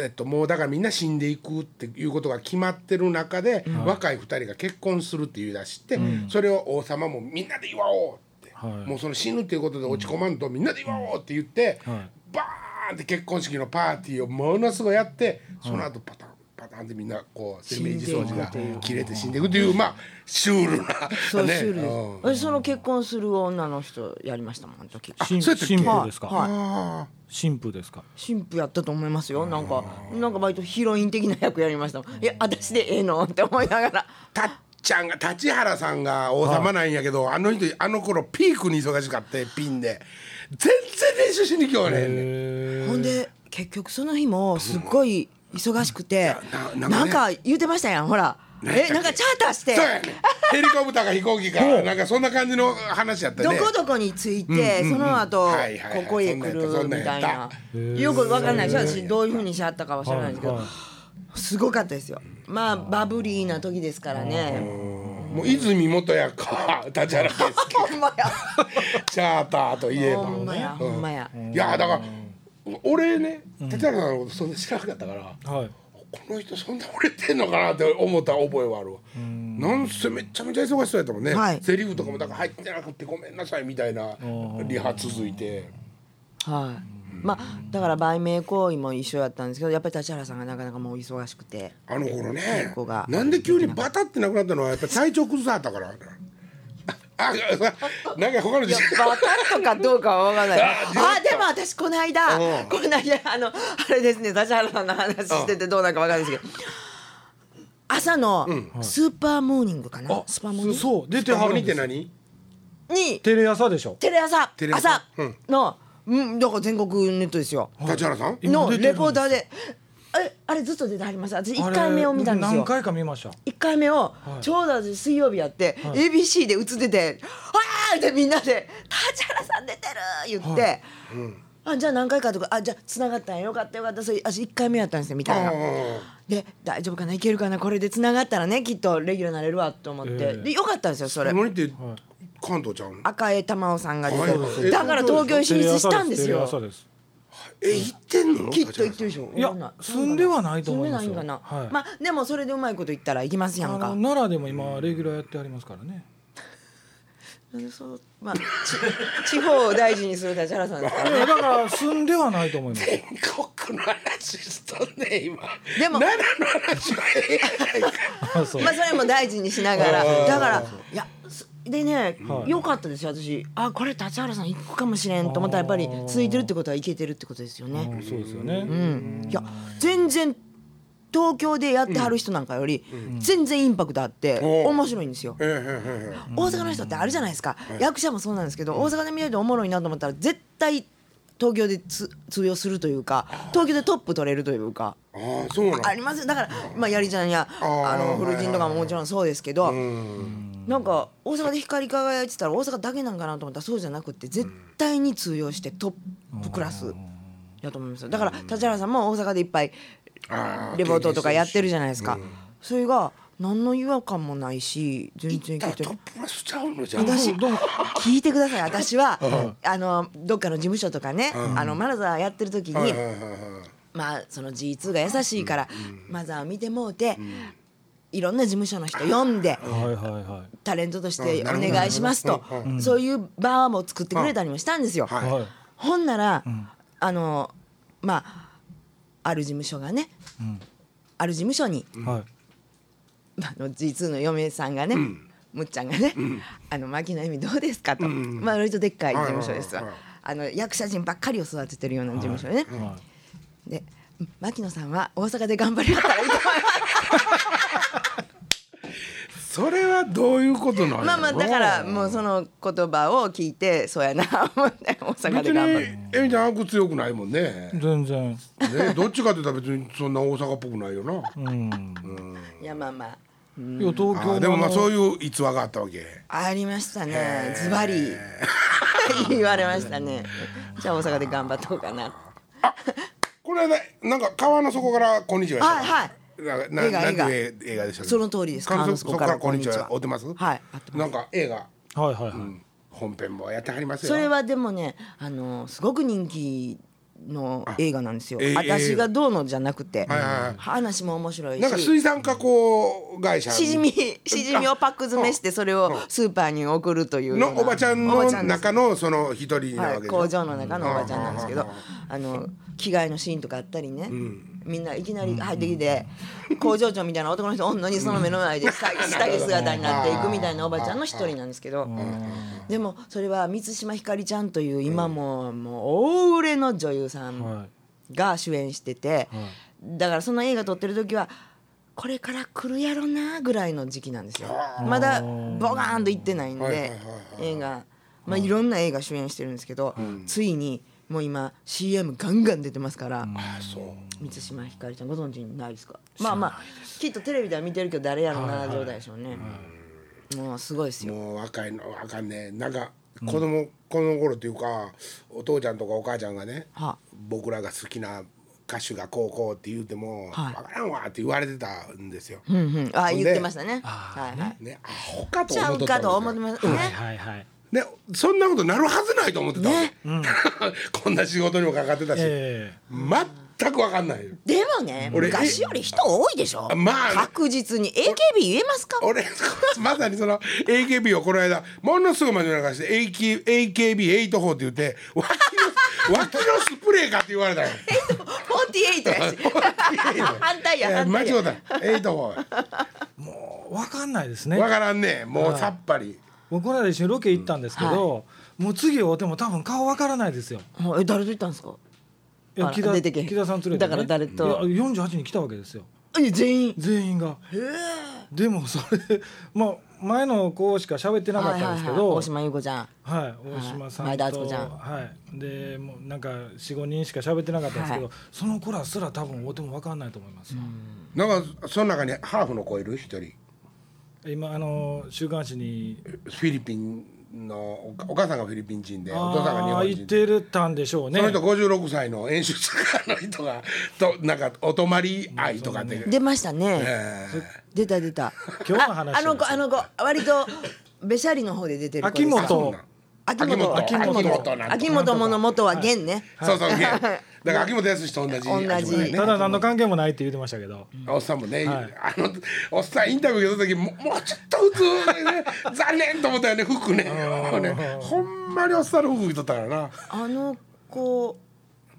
S1: えっと、もうだからみんな死んでいくっていうことが決まってる中で、若い2人が結婚するって言い出して、それを王様もみんなで祝おうって、
S2: はい
S1: もうその死ぬっていうことで落ち込まんと、みんなで祝おうって言って、
S2: はい
S1: バーンって結婚式のパーティーをものすごいやってその後パタンパタンってみんなこう生命維持装置が切れて死んでいくというまあシュールな
S3: そうシュール
S1: ね
S3: です
S1: うん
S3: 私その結婚する女の人やりましたもんあの時
S2: 新
S1: そうやったっけ
S2: 新婦です
S3: はい
S2: か
S3: はい
S1: あ
S2: 新婦ですか
S3: 神父やったと思いますよなんかなんか割とヒロイン的な役やりましたもんいや私でええのって思いながら
S1: ーたっちゃんが立原さんが王様なんやけどあの人あの頃ピークに忙しかったピンで全然練習しに来ようねんね
S3: ほんで結局その日もすっごい忙しくて
S1: な
S3: な
S1: なんんか
S3: か言うてましたやんほら
S1: 何やったっ
S3: え
S1: け
S3: なんかチャーターして
S1: そうやねヘリコプターか飛行機かなんかそんな感じの話やった
S3: ど
S1: ね
S3: こどこに着いて、その後、
S1: はいはいはい
S3: ここへ来る
S1: そん
S3: み
S1: なんや
S3: た
S1: ったそんなんやった
S3: いな
S1: へ
S3: よくわかんないです私どういうふうにしはったかは知らないですけど、
S2: はいは
S3: すごかったですよまあバブリーな時ですからね
S1: もう泉元也か [laughs] 立原圭介
S3: ほんまや
S1: チャーターといえば
S3: ほんまやほんまや
S1: いやだから俺ね立原さんのことそんな知らなかったから、
S2: はい
S1: この人そんな売れてんのかなって思った覚えはあるわなんせめちゃめちゃ忙しそうやったもんね、
S3: はい
S1: セリフとかもだから入ってなくてごめんなさいみたいなリハ続いて
S3: はいまあだから売名行為も一緒やったんですけどやっぱり立原さんがなかなかもう忙しくて
S1: あの頃ね
S3: 子が
S1: なんで急にバタってなくなったのはやっぱり体調崩さはったからああなんか他の
S3: い
S1: 自
S3: や
S1: 信
S3: バカとかどうかは分からない
S1: あ
S3: あでも私この間
S1: うん
S3: この間あのあれですね指原さんの話しててどうなんか分かんないですけど朝のスーパーモーニングかな、スーパーモーニング
S2: そう出ては
S1: ハ
S2: る
S1: モ
S2: ん
S1: ニっ
S2: で
S1: て
S2: すよ
S1: 何
S3: に
S2: テレ朝でしょ
S3: テレ朝
S1: テレ朝
S3: 朝の、うん、だから全国ネットですよ
S1: 立原さん
S2: 今
S3: の
S2: 出てるんです
S3: レポーターであれあれずっと出てはります私
S2: あ
S3: 1
S2: れ
S3: 回目を見たんですよ
S2: 何回か見ました
S3: 1回目を
S2: い
S3: ちょうど私水曜日やって、ABC で映ってて「あー!」ってみんなで「立原さん出てる!」言って、
S2: は
S3: あじゃあ何回かとか「あじゃあつながったんやよかったよかったそれ私1回目やったんですね」みたいな。
S1: あ
S3: で大丈夫かないけるかなこれでつながったらねきっとレギュラーになれるわと思って、
S2: ええ
S3: でよかったんですよそれ
S1: ハモニって関東ちゃうん
S3: 赤江玉緒さんが出
S1: はいそうです
S3: てだから東京に進出したんです
S2: テレ
S3: よ
S2: 朝です
S1: え行ってんの
S3: きっと行ってるでしょ
S2: いや
S3: わかんない
S2: 住んではないと思います
S3: 住
S2: よ
S3: んでないんかな、
S2: はい
S3: まあでもそれでうまいこと言ったら行きます
S2: テレ
S3: や
S2: 朝
S3: ん
S2: ですあ
S3: か
S2: の奈良でも今レギュラーやってありますからね
S3: なんでそうまあち地方を大事にする立原さんですから
S2: いやだから住んではないと思います
S1: 全国の話しとんねん今
S3: でも
S1: 奈良の話はええやんか
S2: あそう
S3: ま [laughs] あそれも大事にしながら
S1: あー
S3: だからいやすでね、
S2: はい
S3: よかったですよ私あこれ立原さん行くかもしれんと思ったらやっぱり続いてるってことはいけてるってことですよ
S2: うん
S3: ね。
S2: そうですよね、
S3: うん、いや全然東京でやってはる人なんかより全然インパクトあって
S1: おー
S3: 面白いんですよ。
S1: ええええええ
S3: 大阪の人ってあるじゃないですか、役者もそうなんですけど、大阪で見れておもろいなと思ったら絶対東京でつ通用するというか東京でトップ取れるというか
S1: ああそうなん
S3: ありますよだから、まあ、やりちゃんや
S1: あー
S3: あの古人とかももちろんそうですけど、
S1: うん
S3: なんか大阪で光り輝いてたら大阪だけなんかなと思ったらそうじゃなくて絶対に通用してトップクラスやと思いますよだから立原さんも大阪でいっぱい
S1: あー
S3: レポートとかやってるじゃないですか。それが何の違和感もないし全然い
S1: だ
S3: け
S1: から
S3: て
S1: ト
S3: る
S1: ップラスちゃうのじゃん
S3: 私聞いてください私はあのどっかの事務所とかねあのマラザーやってる時
S1: はい
S3: に
S1: はいはいはい
S3: まあその G2 が優しいからマザーを見てもうていろんな事務所の人呼んで
S2: はいはいは
S3: タレントとして
S1: う
S3: お
S1: んなるほど
S3: 願いしますとそういう場も作ってくれたりもしたんですよ。
S1: はい
S2: はい
S3: ほんなら、あのまあある事務所がね、ある事務所に、
S2: はい
S3: あの G2 の嫁さんがね、むっちゃんがね「あの牧野由美どうですかと」まあ割とでっかい事務所ですわ、
S1: はいはいは
S3: あの役者陣ばっかりを育ててるような事務所でね、
S2: は
S3: で牧野さんは大阪で頑張りはったらいいと思います
S1: それはどういうことなの
S3: まあまあだからもうその言葉を聞いてそうやな [laughs] 思って大阪
S1: 別
S3: で
S1: に
S3: 頑張る。
S1: えみちゃん悪強くないもんね
S3: [laughs]
S2: い全然
S1: ねどっちかって言ったら別にそんな大阪っぽくないよな
S2: うん
S3: いやまあまあ
S2: いや東京
S1: あ
S2: の
S1: でもまあそう
S2: う
S1: いう逸話があったわけ
S3: ありましたねズバリ [laughs] 言われましたねじゃあ大阪で頑張っとこうかな
S1: この間なんか川の底から「こんにちは」した
S3: はいはい
S1: なんかな
S3: 映画
S1: なんていう映画でしたっけ
S3: その通りです
S1: 川の底
S3: 川の底
S1: か
S3: から
S1: 「
S3: ら
S1: こんにちは」
S3: こ
S1: 追っ
S3: ん
S1: て
S3: にちは
S1: ます
S3: はい合ってます
S1: なんか映画
S2: はいはいはい、
S1: 本編もやってはりますよ
S3: それはでもねあのすごく人気の映画なんですよ
S1: ええ
S3: 私がどうのじゃなく
S1: は
S3: て
S1: いはいはい
S3: 話も面白い
S1: なんか
S3: し
S1: 水産加工会社
S3: しじみしじみをパック詰めしてそれをスーパーに送るというよう
S1: の
S3: な
S1: おばちゃんの
S3: おばちゃです
S1: 中のその一人な
S3: は
S1: わ
S3: い、
S1: けでしょ
S3: 工場の中のおばちゃんなんですけ
S1: う
S3: どあの着替えのシーンとかあったりね、みんないきなり入ってきて、工場長みたいな男の人おんのにその目の前で下下着姿になっていくみたいなおばちゃんの一人なんですけど、でもそれは満島ひかりちゃんという今もうもう大売れの女優さ
S2: は
S3: んが主演してて、だからその映画撮ってる時はこれから来るやろなぐらいの時期なんですよまだボガーンと行ってないんで、
S1: はいはいはい
S3: 映画、まあ、いろんな映画主演してるんですけど、ついにもう今 CM ガンガン出てますから、
S1: あそう
S3: 満島ひかりちゃんご存知ないですかまあまあきっとテレビでは見てるけど誰やろな状態でしょうね、もうすごいですよ
S1: もう若いのあかんねなんか子供、この頃っていうかお父ちゃんとかお母ちゃんがね、
S3: は
S1: 僕らが好きな歌手がこうこうって言うても「わ
S3: はい
S1: からんわ」って言われてたんですよ。
S3: うんうん
S1: ほ
S3: あ
S1: ん
S3: 言
S1: で
S3: ってましたねはいはい
S1: ねアホかと
S3: ちゃ
S1: 思っ
S3: う
S1: とった
S3: か
S1: んです
S3: と思
S1: よ
S3: ってますね
S2: いはいはい
S1: ねそんなことなるはずないと思ってたわけ、
S3: ね
S1: [laughs] こんな仕事にもかかってたし、
S2: え
S1: 全く分かんないよ。
S3: でもね
S1: 俺
S3: 昔より人多いでしょ
S1: あまあ
S3: 確実に AKB 言えますか
S1: 俺まさにその AKB をこの間ものすごい真面目な感じで AK AKB84 って言って脇の脇のスプレーかって言われたよ。
S3: 48やし反対や反
S1: 間
S3: 対や
S1: 違うた。84
S2: えもう分かんないですね
S1: わからんねもうさっぱり。
S2: 僕この間一緒にロケ行ったんですけど、もう次会うても多分顔分からないですよ
S3: あえ誰と行ったんですか
S2: いや
S3: あら
S2: 木田
S3: 出てけへん
S2: 木田さん連れて、ね、
S3: だから誰と
S2: いや48人来たわけですよ
S3: いや全員
S2: 全員がでもそれまあ前の子しか喋ってなかったんですけ
S3: はいはいはい
S2: ど
S3: 大島優子ちゃん
S2: はい、大島さんと、
S3: 前田敦子ちゃん
S2: はい、でもうなんか45人しか喋ってなかったんですけど、
S3: は
S2: その子らすら多分会うても分かんないと思いますよ、
S1: なんかその中にハーフの子いる一人。
S2: 今あの週刊誌に
S1: フィリピンのおお母さんがフィリピン人でお父さんが日
S2: ああ
S1: 本
S2: 言っ
S1: 人で。
S2: てるたんでしょうね
S1: その人56歳の演出家の人がとなんかお泊まり愛とかって、
S3: 出ましたね
S1: え
S3: 出た出た
S2: 今日の話
S3: ああの子あの子割とべしゃりの方で出てる子です
S2: 秋元
S3: 秋元
S1: 秋元秋元
S3: 秋元
S1: なんとか
S3: 秋元もの元は現ね
S1: ーそうそうゲーだから秋元康と同じ
S3: 同じ
S1: 秋元やね
S2: ただ何の関係もないって言ってましたけど、
S1: おっさんもね、
S2: はい
S1: あのおっさんインタビュー受けた時ももうちょっと普通でね残念と思ったよね服ねもうねほんまにおっさんの服着とったからな
S3: あの子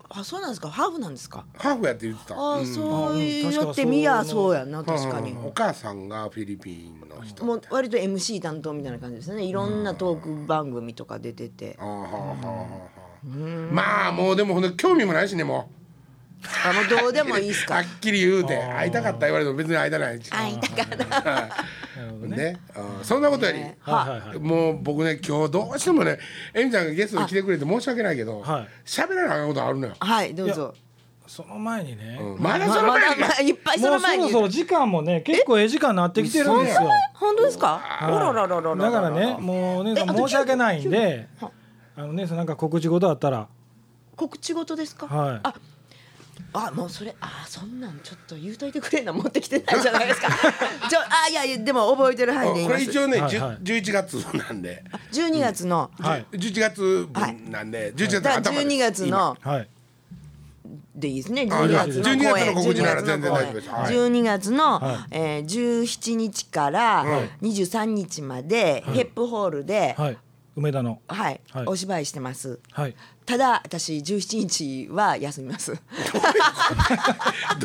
S3: あそうなんですかハーフなんですか
S1: ハーフやって言ってた
S3: ああそういうのって
S2: うん
S3: みやそうやな確かに
S1: うんお母さんがフィリピンの人
S3: もう割と MC 担当みたいな感じですねいろんなトーク番組とか出てて
S1: あーはーはーはーはーまあもうでもほんで興味もないしねも
S3: あもうどうでもいいっす
S1: うは
S3: か
S1: っきり言うて会いたかった言われても別に会いたないし
S3: 会いたかった
S2: なるほどね
S1: ね、うんそんなことより、
S2: はいはいはい
S1: もう僕ね今日どうしてもねえみちゃんがゲストに来てくれて申し訳ないけど
S2: はい
S1: 喋、らなあかんことあるのよ、
S3: はいどうぞ
S2: その前にね、
S1: うんまだその前に
S3: まだまだいっぱい
S2: も
S3: その
S2: うそ
S3: 前
S2: ろ
S3: に
S2: そろ時間もね結構ええ時間になってきてるんですよ
S3: 本当ですかおらららららら
S2: だからねもうお姉さん
S3: えあと
S2: 申し訳ないんで
S3: 九分
S2: あの姉さんなんか告知事あったら
S3: 告知事ですか、
S2: はい
S3: ああもうそれあそんなんちょっと言うといてくれんな持ってきてないじゃないですかじゃああいやいやでも覚えてる範囲で言い
S1: こ
S3: ま
S1: れ
S3: す
S1: 一応ね、
S2: はい
S1: じゅ
S2: はい
S1: 11月なんで、
S3: 12月の、
S2: はい
S1: 11月分なんで、11月
S3: だから
S1: 頭
S3: 12月の
S2: はい
S3: でいいですね
S1: あ
S3: 12月の公
S1: 12月の
S3: 演
S1: 告知なら全然大丈夫ですはい
S3: 12月の、
S2: は
S3: えー、17日から23日まで、ヘップホールで、
S2: はい梅田の
S3: はい、
S2: はい
S3: お芝居してます
S2: はい
S3: ただ私17日は休み
S1: [laughs]
S3: ます
S1: [laughs]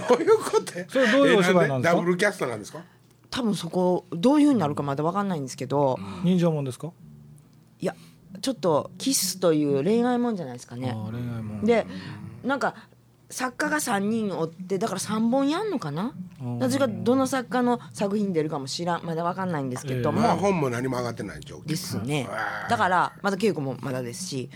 S1: どういうことや
S2: それどういうお芝居なんですか
S1: えダブルキャストなんですか
S3: 多分そこどういうふうになるかまだわかんないんですけど、
S2: 人情もんですか
S3: いやちょっとキスという恋愛もんじゃないですかね
S2: ああ恋愛もん
S3: でなんか作家が3人おってだから3本やんのかな
S2: うん
S3: 私がどの作家の作品出るかも知らんまだわかんないんですけども、
S1: まあ本も何も上がってない状況
S3: ですね
S1: は。い
S3: だからまだ稽古もまだですし、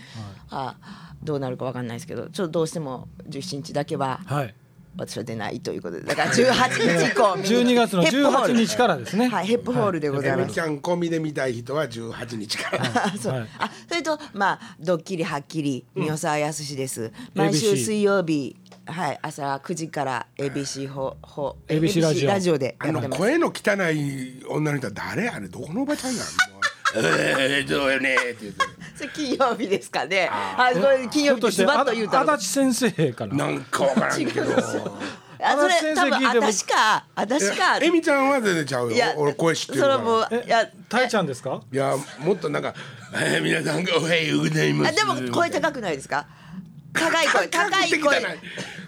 S3: あどうなるかわかんないですけど、ちょっとどうしても17日だけは
S2: はい
S3: 私は出ないということで、だから18日以降、
S2: 12月の
S3: ヘップホール
S2: 18日からですね
S3: はい、ヘップホールでござい
S1: エ
S3: ま
S1: ミ
S3: す。
S1: ちゃん込みで見たい人は18日から
S3: [laughs] あ、そう、
S2: はい
S3: あ、それとまあドッキリはっきり三沢康史です。毎
S2: ABC
S3: 週水曜日、はい、朝9時から ABC ほほ
S2: ABC ラジオ
S3: で
S1: あ
S3: やっ
S1: の
S3: てます。
S1: 声の汚い女の人は誰あれどこのおばちゃんなんもうえーどうよねーって言って
S3: それ金曜日ですかね。あ、これ金曜日でズバッと言うと。
S2: あ足立先生から
S1: なんかわからんけど
S3: あそ
S2: 足立先
S3: れ
S2: 生
S3: 多
S2: 聞いて
S3: 分
S2: も
S3: 私か私か
S1: えみちゃんは全然ちゃう
S3: い
S1: よ
S3: や
S1: 俺声知ってるか
S3: それも
S1: ら
S3: ういや
S2: たいちゃんですか
S1: いやもっとなんか [laughs] えー皆さんがおはようございま
S3: あ
S1: す
S3: でも声高くないですか高い声高い
S1: 高
S3: 声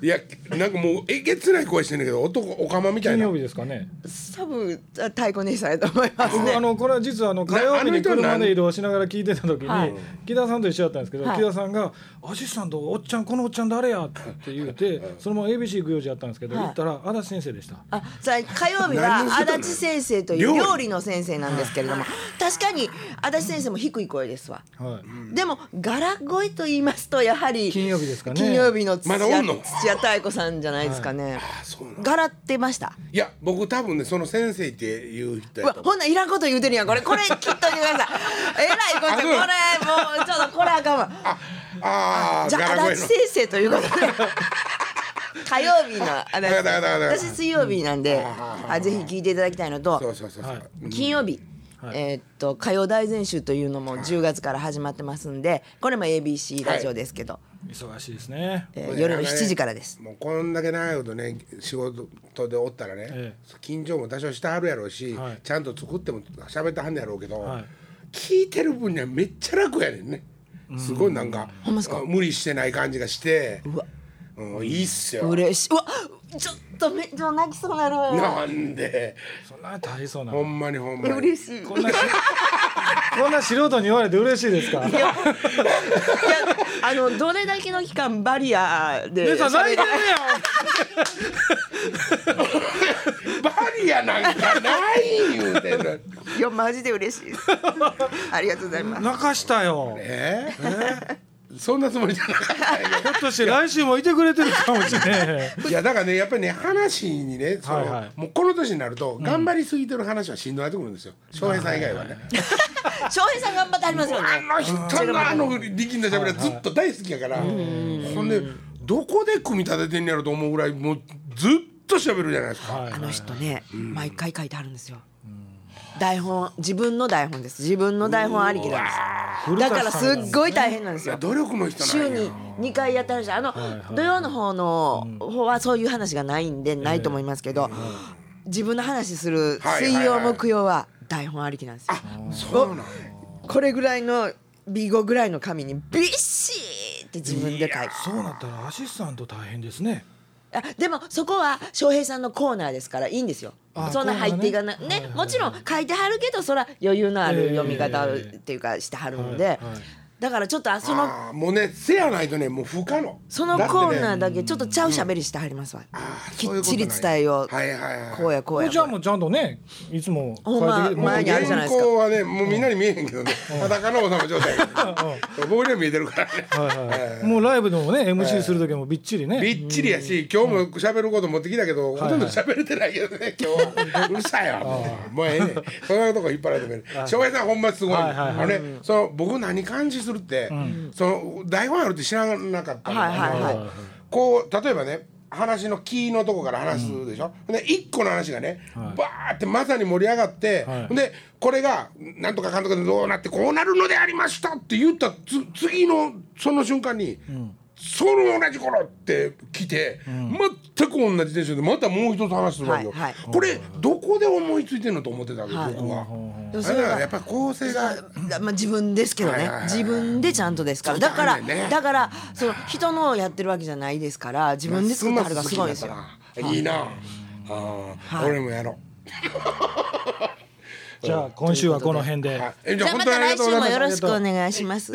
S1: いやなんかもうえげつない声してんだけど男おかまみたい
S2: 金
S1: な
S2: 曜日ですかね
S3: 多分あ太鼓姉さんやと思います
S2: 僕あ
S3: ね
S2: のこれは実はあの火曜日に
S1: なあ
S2: 車
S1: の人なん
S2: で移動しながら聞いてた時に
S3: はい
S2: 木田さんと一緒だったんですけど
S3: はい
S2: 木田さんが「アシスタントおっちゃんこのおっちゃん誰や?」って言うてそのまま ABC 行く用事やったんですけど
S3: はい
S2: 行ったら足立先生でした
S3: あさあ火曜日
S1: 何を
S3: は
S1: して
S3: 足
S1: たの
S3: 立先生という
S1: 料理
S3: 料理の先生なんですけれども確かに足立先生も低い声ですわ
S2: はい
S3: でもガラ声と言いますとやはり
S2: 金曜日ですかね
S3: 金曜日の土
S1: ま
S3: 屋
S1: だおんの
S3: 土屋太子さんじゃないですかね
S1: あそうなん
S3: ガラってました
S1: いや僕多分ねその先生っていう人
S3: う
S1: や
S3: わ
S1: と思う
S3: ほんないらんこと言うてるやんこれこれ切っといてくださ
S1: [laughs]
S3: いえらいこっちゃ
S1: あ
S3: こ
S1: そ
S3: れ
S1: う
S3: もうちょっとこれあかんわ
S1: ああー
S3: じ
S1: ガ
S3: ゃ
S1: ラ
S3: あ
S1: 声
S3: 足立
S1: の
S3: 先生とい
S1: [laughs]
S3: うことで火曜日の足立
S1: だからだからだから
S3: 私水曜日なんで、
S1: あ
S3: あぜひ聞いていただきたいのと
S1: そうそうそうそう、
S2: はい
S3: 金曜日、
S2: はい
S3: えーっと歌謡大全集というのも10月から始まってますんでこれも ABC ラジオですけど、
S2: 忙しいですね
S3: えー夜の7時からです。
S1: もうこんだけ長いことね仕事でおったらね、
S2: え
S1: 緊張も多少してはるやろうし、
S2: はい
S1: ちゃんと作っても喋ってはんねやろうけど、
S2: はい
S1: 聞いてる分にはめっちゃ楽やねんねすごいなんか、
S3: ほんまっすか
S1: あ無理してない感じがして
S3: うわ
S1: うん、いいっすよ
S3: 嬉しいうわちょっとめっちゃ泣きそうになるわよ
S1: なんで
S2: そんな大変そうな
S1: ほんまにほんま
S3: え
S1: に
S3: 嬉しい。
S2: こんなし [laughs] こんな素人に言われて嬉しいですか
S3: いや、あのどれだけの期間バリアで。
S2: 姉さん泣いてる
S1: バリアなんかない言うて
S3: [laughs]
S1: る
S3: いやマジで嬉しいです。ありがとうございま
S2: [laughs] やん
S3: す。
S2: 泣かしたよ
S1: えーそんなつもりじゃなかったよ
S2: ひょっとして来週もいてくれてるかもしれない
S1: いやだからねやっぱりね話にねその、
S2: はいはい
S1: もうこの年になると頑張りすぎてる話はしんどいところですよ翔平さん以外はね。
S3: 翔平さん頑張ってありますよね。
S1: あの人のあの力んだしゃべりはずっと大好きやからほんでどこで組み立ててんねやろと思うぐらいもうずっとしゃべるじゃないですか。
S2: はい
S3: あの人ね、毎回書いてあるんですよ。台本自分の台本です。自分の台本ありきなんです。だからすっごい大変なんですよ。
S1: 努力の人な
S3: 週
S1: んや
S3: に2回やったらしいあの土曜の方の方はそういう話がないんでないと思いますけど自分の話する
S1: はい
S3: 水
S1: はい
S3: 曜
S1: はい
S3: 木曜は台本ありきなんですよ
S1: そうなんや
S3: これぐらいの B5 ぐらいの紙にビッシーって [laughs] 自分で書いて
S2: そうなったらアシスタント大変ですね
S3: あでもそこは翔平さんのコーナーですからいいんですよ
S2: あ
S3: そんな
S2: コーナーね
S3: 入っていかないね
S2: はいはいはい
S3: もちろん書いてはるけどそら余裕のあ
S2: ええ
S3: る読み方っていうかしてはるので、
S2: はいはい
S3: だからちょっとあその
S1: あーもうねせやないとねもう不可能
S3: そのコーナー
S1: だってね
S3: だけちょっとちゃうしゃべりしてはりますわ、
S1: あー
S3: き
S1: そういう
S3: っ
S1: こ
S3: ち
S1: となんや
S3: り伝えよう、
S1: はいはいはい
S3: こうやこうや
S2: じゃあ
S3: こ
S2: も
S3: うや
S2: うちゃんとねいつも
S3: ほんま
S2: 変えてきて
S3: 前にあるじゃないですか
S1: 原稿はねもうみんなに見えへんけどね裸の王様状態やけど僕には見えてるからね
S2: はいはい、もうライブでもね MC する時もびっちりね、
S1: びっちりやし今日も喋ること持ってきたけどほとんど喋れてないけど
S3: [laughs]
S1: ね今日はうるさいわもうもうええねんそんなとこ引っ張られてくれる翔平さんほんますごい
S2: はいはいは
S1: あ
S2: い
S1: のねその僕何感じするってその台本あるって知らなかったの
S3: はいはいはい
S1: あのこう例えばね話のキーのとこから話すでしょ、で一個の話がね、バーってまさに盛り上がって、
S2: はい
S1: でこれがなんとか監督でどうなってこうなるのでありましたって言ったつ次のその瞬間に、その同じ頃って来て、全く同じテンションでまたもう一つ話するわけよ、
S3: はいはい
S1: これどこで思いついてんのと思ってたわけ、
S3: はい
S1: 僕は。
S3: でも
S1: あ
S3: そ
S1: れ
S3: れ
S1: だからやっ
S3: は
S1: ぱ構成が
S3: だまあ、自分ですけどね、
S1: はいはいはい
S3: 自分でちゃんとですからだから、
S1: そうだよね
S3: だからその人のをやってるわけじゃないですから自分で作ってはるがすごいんですよ。
S1: ますます好きになったな。いいな。ああ、俺もやろう。
S2: じゃあ今週はこの辺で。
S1: はいえ
S3: じ
S1: じ
S3: ゃあまた来週もよろしくお願いします。